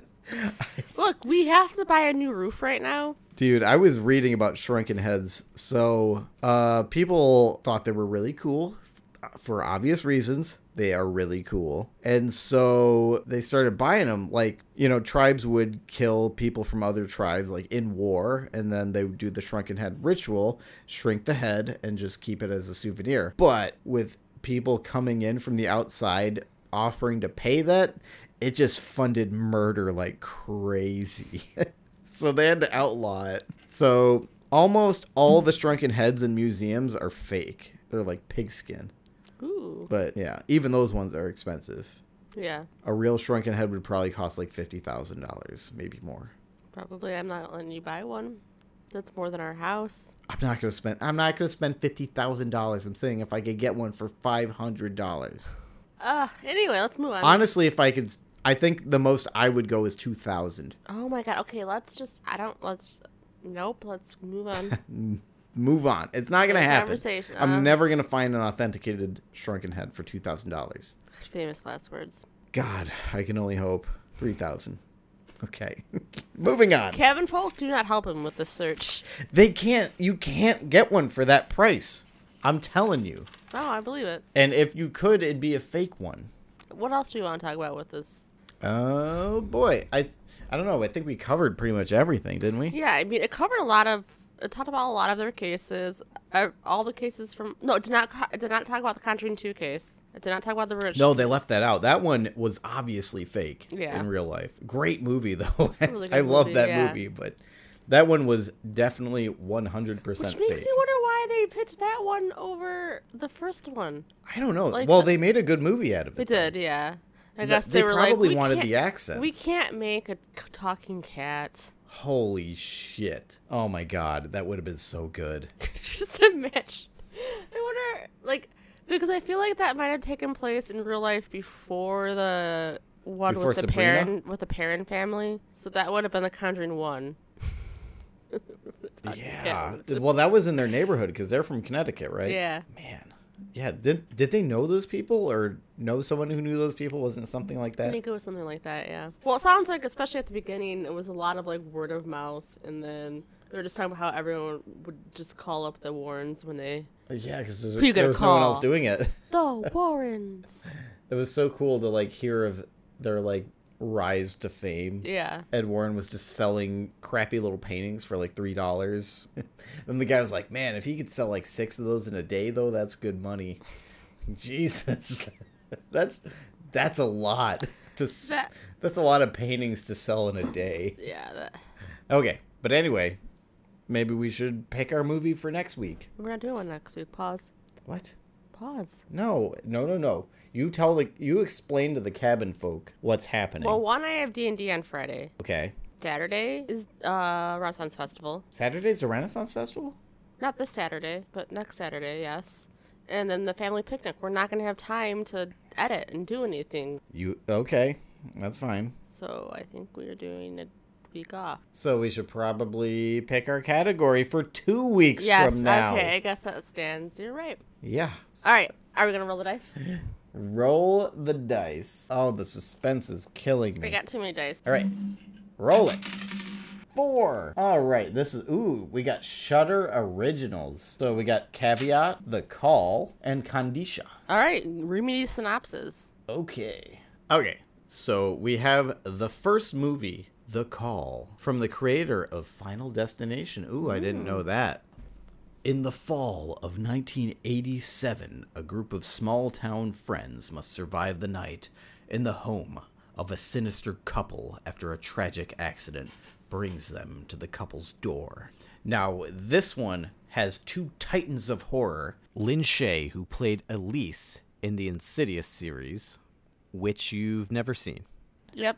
[SPEAKER 2] Look, we have to buy a new roof right now.
[SPEAKER 1] Dude, I was reading about shrunken heads. So, uh, people thought they were really cool f- for obvious reasons. They are really cool. And so they started buying them. Like, you know, tribes would kill people from other tribes, like in war, and then they would do the shrunken head ritual, shrink the head, and just keep it as a souvenir. But with people coming in from the outside offering to pay that, it just funded murder like crazy. [laughs] So they had to outlaw it. So almost all the shrunken heads in museums are fake. They're like pigskin.
[SPEAKER 2] Ooh,
[SPEAKER 1] But yeah, even those ones are expensive.
[SPEAKER 2] yeah,
[SPEAKER 1] A real shrunken head would probably cost like fifty thousand dollars, maybe more.
[SPEAKER 2] probably. I'm not letting you buy one. That's more than our house.
[SPEAKER 1] I'm not gonna spend. I'm not gonna spend fifty thousand dollars. I'm saying if I could get one for five hundred dollars.
[SPEAKER 2] Uh, anyway, let's move on.
[SPEAKER 1] Honestly, if I could, s- I think the most I would go is two thousand.
[SPEAKER 2] oh my god. Okay, let's just. I don't. Let's. Nope. Let's
[SPEAKER 1] [laughs]
[SPEAKER 2] move on.
[SPEAKER 1] Move on. It's not gonna
[SPEAKER 2] Good
[SPEAKER 1] happen.
[SPEAKER 2] conversation, uh-huh.
[SPEAKER 1] I'm never gonna find an authenticated shrunken head for two thousand dollars.
[SPEAKER 2] Famous last words.
[SPEAKER 1] God, I can only hope. 3,000.
[SPEAKER 2] [laughs]
[SPEAKER 1] Okay. Moving on.
[SPEAKER 2] Kevin Folk, do not help him with the search.
[SPEAKER 1] They can't, you can't get one for that price. I'm telling you.
[SPEAKER 2] No, Oh, I believe it.
[SPEAKER 1] And if you could, it'd be a fake one.
[SPEAKER 2] What else do you want to talk about with this?
[SPEAKER 1] Oh boy. I I don't know. I think we covered pretty much everything, didn't we?
[SPEAKER 2] Yeah, I mean, it covered a lot of. It talked about a lot of their cases. Uh, all the cases from. No, it did not. co- It did not talk about the Conjuring Two case. It did not talk about the rich.
[SPEAKER 1] No, they left that out. That one was obviously fake
[SPEAKER 2] Yeah.
[SPEAKER 1] in real life. Great movie [laughs] though.
[SPEAKER 2] Really good
[SPEAKER 1] I love
[SPEAKER 2] movie,
[SPEAKER 1] that
[SPEAKER 2] yeah.
[SPEAKER 1] movie, but that one was definitely 100%
[SPEAKER 2] Which
[SPEAKER 1] fake.
[SPEAKER 2] makes me wonder why they picked that one over the first one.
[SPEAKER 1] I don't know.
[SPEAKER 2] like,
[SPEAKER 1] well,
[SPEAKER 2] the-
[SPEAKER 1] they made a good movie out of
[SPEAKER 2] They
[SPEAKER 1] it.
[SPEAKER 2] did, yeah. I
[SPEAKER 1] Th-
[SPEAKER 2] guess
[SPEAKER 1] they
[SPEAKER 2] they, were
[SPEAKER 1] probably
[SPEAKER 2] like, we
[SPEAKER 1] wanted
[SPEAKER 2] can't-
[SPEAKER 1] the accents.
[SPEAKER 2] We can't make a c- talking cat.
[SPEAKER 1] Holy shit. Oh my god, that would have been so
[SPEAKER 2] [laughs]
[SPEAKER 1] good.
[SPEAKER 2] Just a match. I wonder, like, because I feel like that might have taken place in real life before the one
[SPEAKER 1] Before
[SPEAKER 2] with the
[SPEAKER 1] Sabrina?
[SPEAKER 2] parent with the parent family. So that would have been the Conjuring one.
[SPEAKER 1] Yeah.
[SPEAKER 2] just-
[SPEAKER 1] Well, that was in their neighborhood because they're from Connecticut, right?
[SPEAKER 2] Yeah.
[SPEAKER 1] Man. Yeah. Did did they know those people or know someone who knew those people? Wasn't it something like
[SPEAKER 2] I
[SPEAKER 1] that?
[SPEAKER 2] think it was something like that, yeah. Well, it sounds like, especially at the beginning, it was a lot of like word of mouth, and then they were just talking about how everyone would just call up the Warrens when they
[SPEAKER 1] Yeah, because there,
[SPEAKER 2] you gonna
[SPEAKER 1] there was no one
[SPEAKER 2] call?
[SPEAKER 1] else doing it. [laughs]
[SPEAKER 2] the Warrens.
[SPEAKER 1] It was so cool to like hear of their like rise to fame.
[SPEAKER 2] Yeah.
[SPEAKER 1] Ed Warren was just selling crappy little paintings for like three dollars. [laughs] and the guy was like, "Man, if he could sell like six of those in a day, though, that's good money." [laughs] Jesus, [laughs] that's that's a lot to s
[SPEAKER 2] That-
[SPEAKER 1] that's a lot of paintings to sell in a day.
[SPEAKER 2] Yeah. That,
[SPEAKER 1] Okay, but anyway, maybe we should pick our movie for next week.
[SPEAKER 2] we're not doing one next week. Pause.
[SPEAKER 1] What?
[SPEAKER 2] Pause.
[SPEAKER 1] No, no, no, no. You tell the you explain to the cabin folk what's happening.
[SPEAKER 2] Well, one, I have D&D on Friday.
[SPEAKER 1] okay,
[SPEAKER 2] Saturday is uh Renaissance Festival.
[SPEAKER 1] Saturday's the Renaissance Festival.
[SPEAKER 2] Not this Saturday, but next Saturday, yes. And then the family picnic. We're not gonna have time to edit and do anything.
[SPEAKER 1] You okay? That's fine.
[SPEAKER 2] So I think we are doing a week off.
[SPEAKER 1] So we should probably pick our category for two weeks
[SPEAKER 2] Yes.
[SPEAKER 1] from now.
[SPEAKER 2] Okay. I guess that stands. You're right.
[SPEAKER 1] Yeah.
[SPEAKER 2] All right. Are we gonna roll the dice?
[SPEAKER 1] Roll the dice. Oh, the suspense is killing me.
[SPEAKER 2] We got too many dice.
[SPEAKER 1] All right. Roll it. Four. All right. This is. Ooh, we got Shutter Originals. So we got Caveat, The Call, and Condisha.
[SPEAKER 2] All right. Remedy synopsis.
[SPEAKER 1] Okay. Okay. So we have the first movie, The Call, from the creator of Final Destination. Ooh, I didn't
[SPEAKER 2] Hmm.
[SPEAKER 1] know that. In the fall of 1987, a group of small town friends must survive the night in the home of a sinister couple after a tragic accident brings them to the couple's door. Now, this one has two titans of horror Lin Shay, who played Elise in the Insidious series, which you've never seen,
[SPEAKER 2] Yep.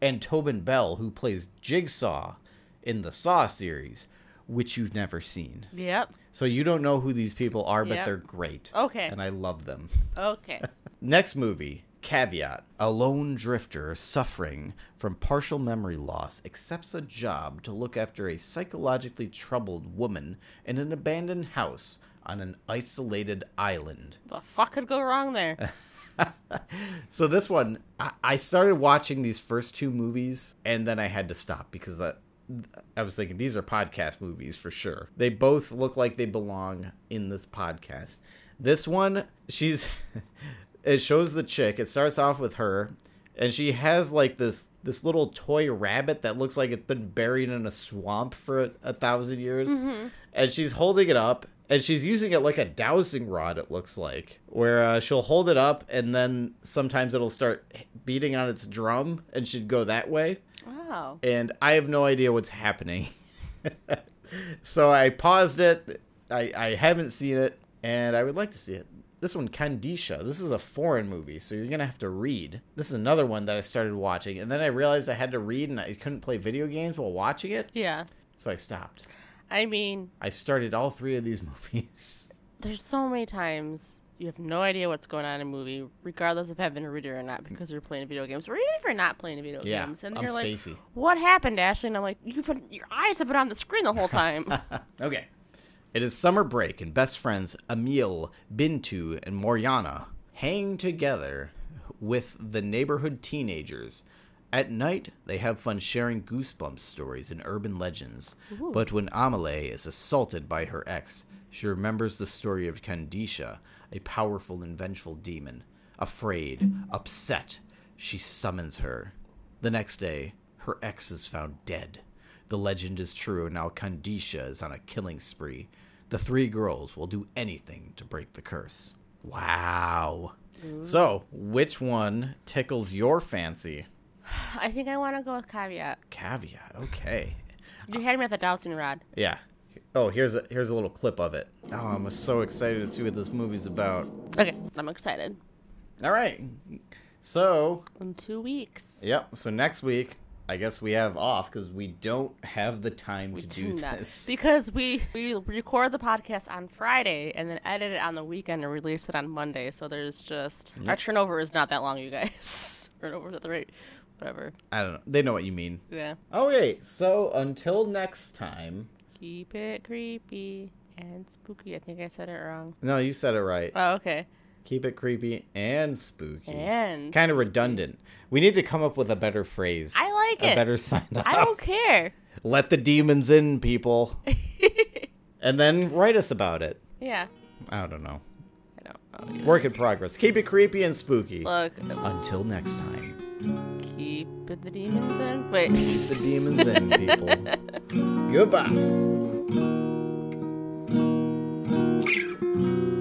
[SPEAKER 1] and Tobin Bell, who plays Jigsaw in the Saw series, which you've never seen.
[SPEAKER 2] Yep.
[SPEAKER 1] So you don't know who these people are, but
[SPEAKER 2] Yep.
[SPEAKER 1] they're great.
[SPEAKER 2] Okay.
[SPEAKER 1] And I love them. [laughs]
[SPEAKER 2] Okay.
[SPEAKER 1] Next movie, Caveat. A lone drifter suffering from partial memory loss accepts a job to look after a psychologically troubled woman in an abandoned house on an isolated island.
[SPEAKER 2] the fuck could go
[SPEAKER 1] [laughs]
[SPEAKER 2] wrong there?
[SPEAKER 1] So this one, I, I started watching these first two movies, and then I had to stop because that I was thinking these are podcast movies for sure. They both look like they belong in this podcast. This one, she's [laughs] it shows the chick. It starts off with her, and she has like this this little toy rabbit that looks like it's been buried in a swamp for a, a thousand years, and she's holding it up. And she's using it like a dowsing rod, it looks like, where uh, she'll hold it up and then sometimes it'll start beating on its drum and she'd go that way
[SPEAKER 2] Wow.
[SPEAKER 1] and I have no idea what's happening. [laughs] so I paused it. I, I haven't seen it, and I would like to see it. This one, Candisha. This is a foreign movie, so you're gonna have to read. This is another one that I started watching, and then I realized I had to read, and I couldn't play video games while watching it,
[SPEAKER 2] Yeah.
[SPEAKER 1] so I stopped.
[SPEAKER 2] I mean,
[SPEAKER 1] I started all three of these [laughs] movies.
[SPEAKER 2] there's so many times you have no idea what's going on in a movie, regardless of having a reader or not, because you're playing video games, or even if you're not playing video
[SPEAKER 1] Yeah,
[SPEAKER 2] games, and
[SPEAKER 1] I'm
[SPEAKER 2] you're like,
[SPEAKER 1] spacey.
[SPEAKER 2] "What happened, Ashley?" And I'm like, "You've been, your eyes have been on the screen the
[SPEAKER 1] [laughs]
[SPEAKER 2] whole time."
[SPEAKER 1] Okay. It is summer break, and best friends Emil, Bintu, and Moriana hang together with the neighborhood teenagers. At night, they have fun sharing goosebumps stories and urban legends. But when Amelie is assaulted by her ex, she remembers the story of Candisha, a powerful and vengeful demon. Afraid, upset, she summons her. The next day, her ex is found dead. The legend is true, and now Kandisha is on a killing spree. The three girls will do anything to break the curse. Wow. So, which one tickles your fancy?
[SPEAKER 2] [laughs] I think I want to go with caveat.
[SPEAKER 1] Caveat. Okay. Uh,
[SPEAKER 2] You had me at the dowsing rod.
[SPEAKER 1] Yeah. Oh, here's a here's a little clip of it. Oh, I'm so excited to see what this movie's about.
[SPEAKER 2] Okay, I'm excited.
[SPEAKER 1] All right. So,
[SPEAKER 2] In two weeks,
[SPEAKER 1] yep. So next week, I guess we have off because we don't have the time to do
[SPEAKER 2] do that.
[SPEAKER 1] this.
[SPEAKER 2] because we we record the podcast on Friday and then edit it on the weekend and release it on Monday. So there's just our turnover is not that long, you guys. [laughs] turnover at the rate, whatever.
[SPEAKER 1] I don't know. They know what you mean.
[SPEAKER 2] Yeah,
[SPEAKER 1] Okay, so until next time.
[SPEAKER 2] keep it creepy and spooky. I think I said it wrong.
[SPEAKER 1] No, you said it right.
[SPEAKER 2] Oh, okay.
[SPEAKER 1] Keep it creepy and spooky.
[SPEAKER 2] And
[SPEAKER 1] Kind of redundant. We need to come up with a better phrase.
[SPEAKER 2] I like
[SPEAKER 1] a
[SPEAKER 2] it.
[SPEAKER 1] better sign off.
[SPEAKER 2] I don't care.
[SPEAKER 1] Let the demons in,
[SPEAKER 2] [laughs]
[SPEAKER 1] people. and then write us about it.
[SPEAKER 2] Yeah,
[SPEAKER 1] I don't know.
[SPEAKER 2] I don't know.
[SPEAKER 1] Work in progress. Keep it creepy and spooky.
[SPEAKER 2] Look,
[SPEAKER 1] Until next time.
[SPEAKER 2] keep the demons in. Wait.
[SPEAKER 1] The demons in, people.
[SPEAKER 2] [laughs]
[SPEAKER 1] Goodbye.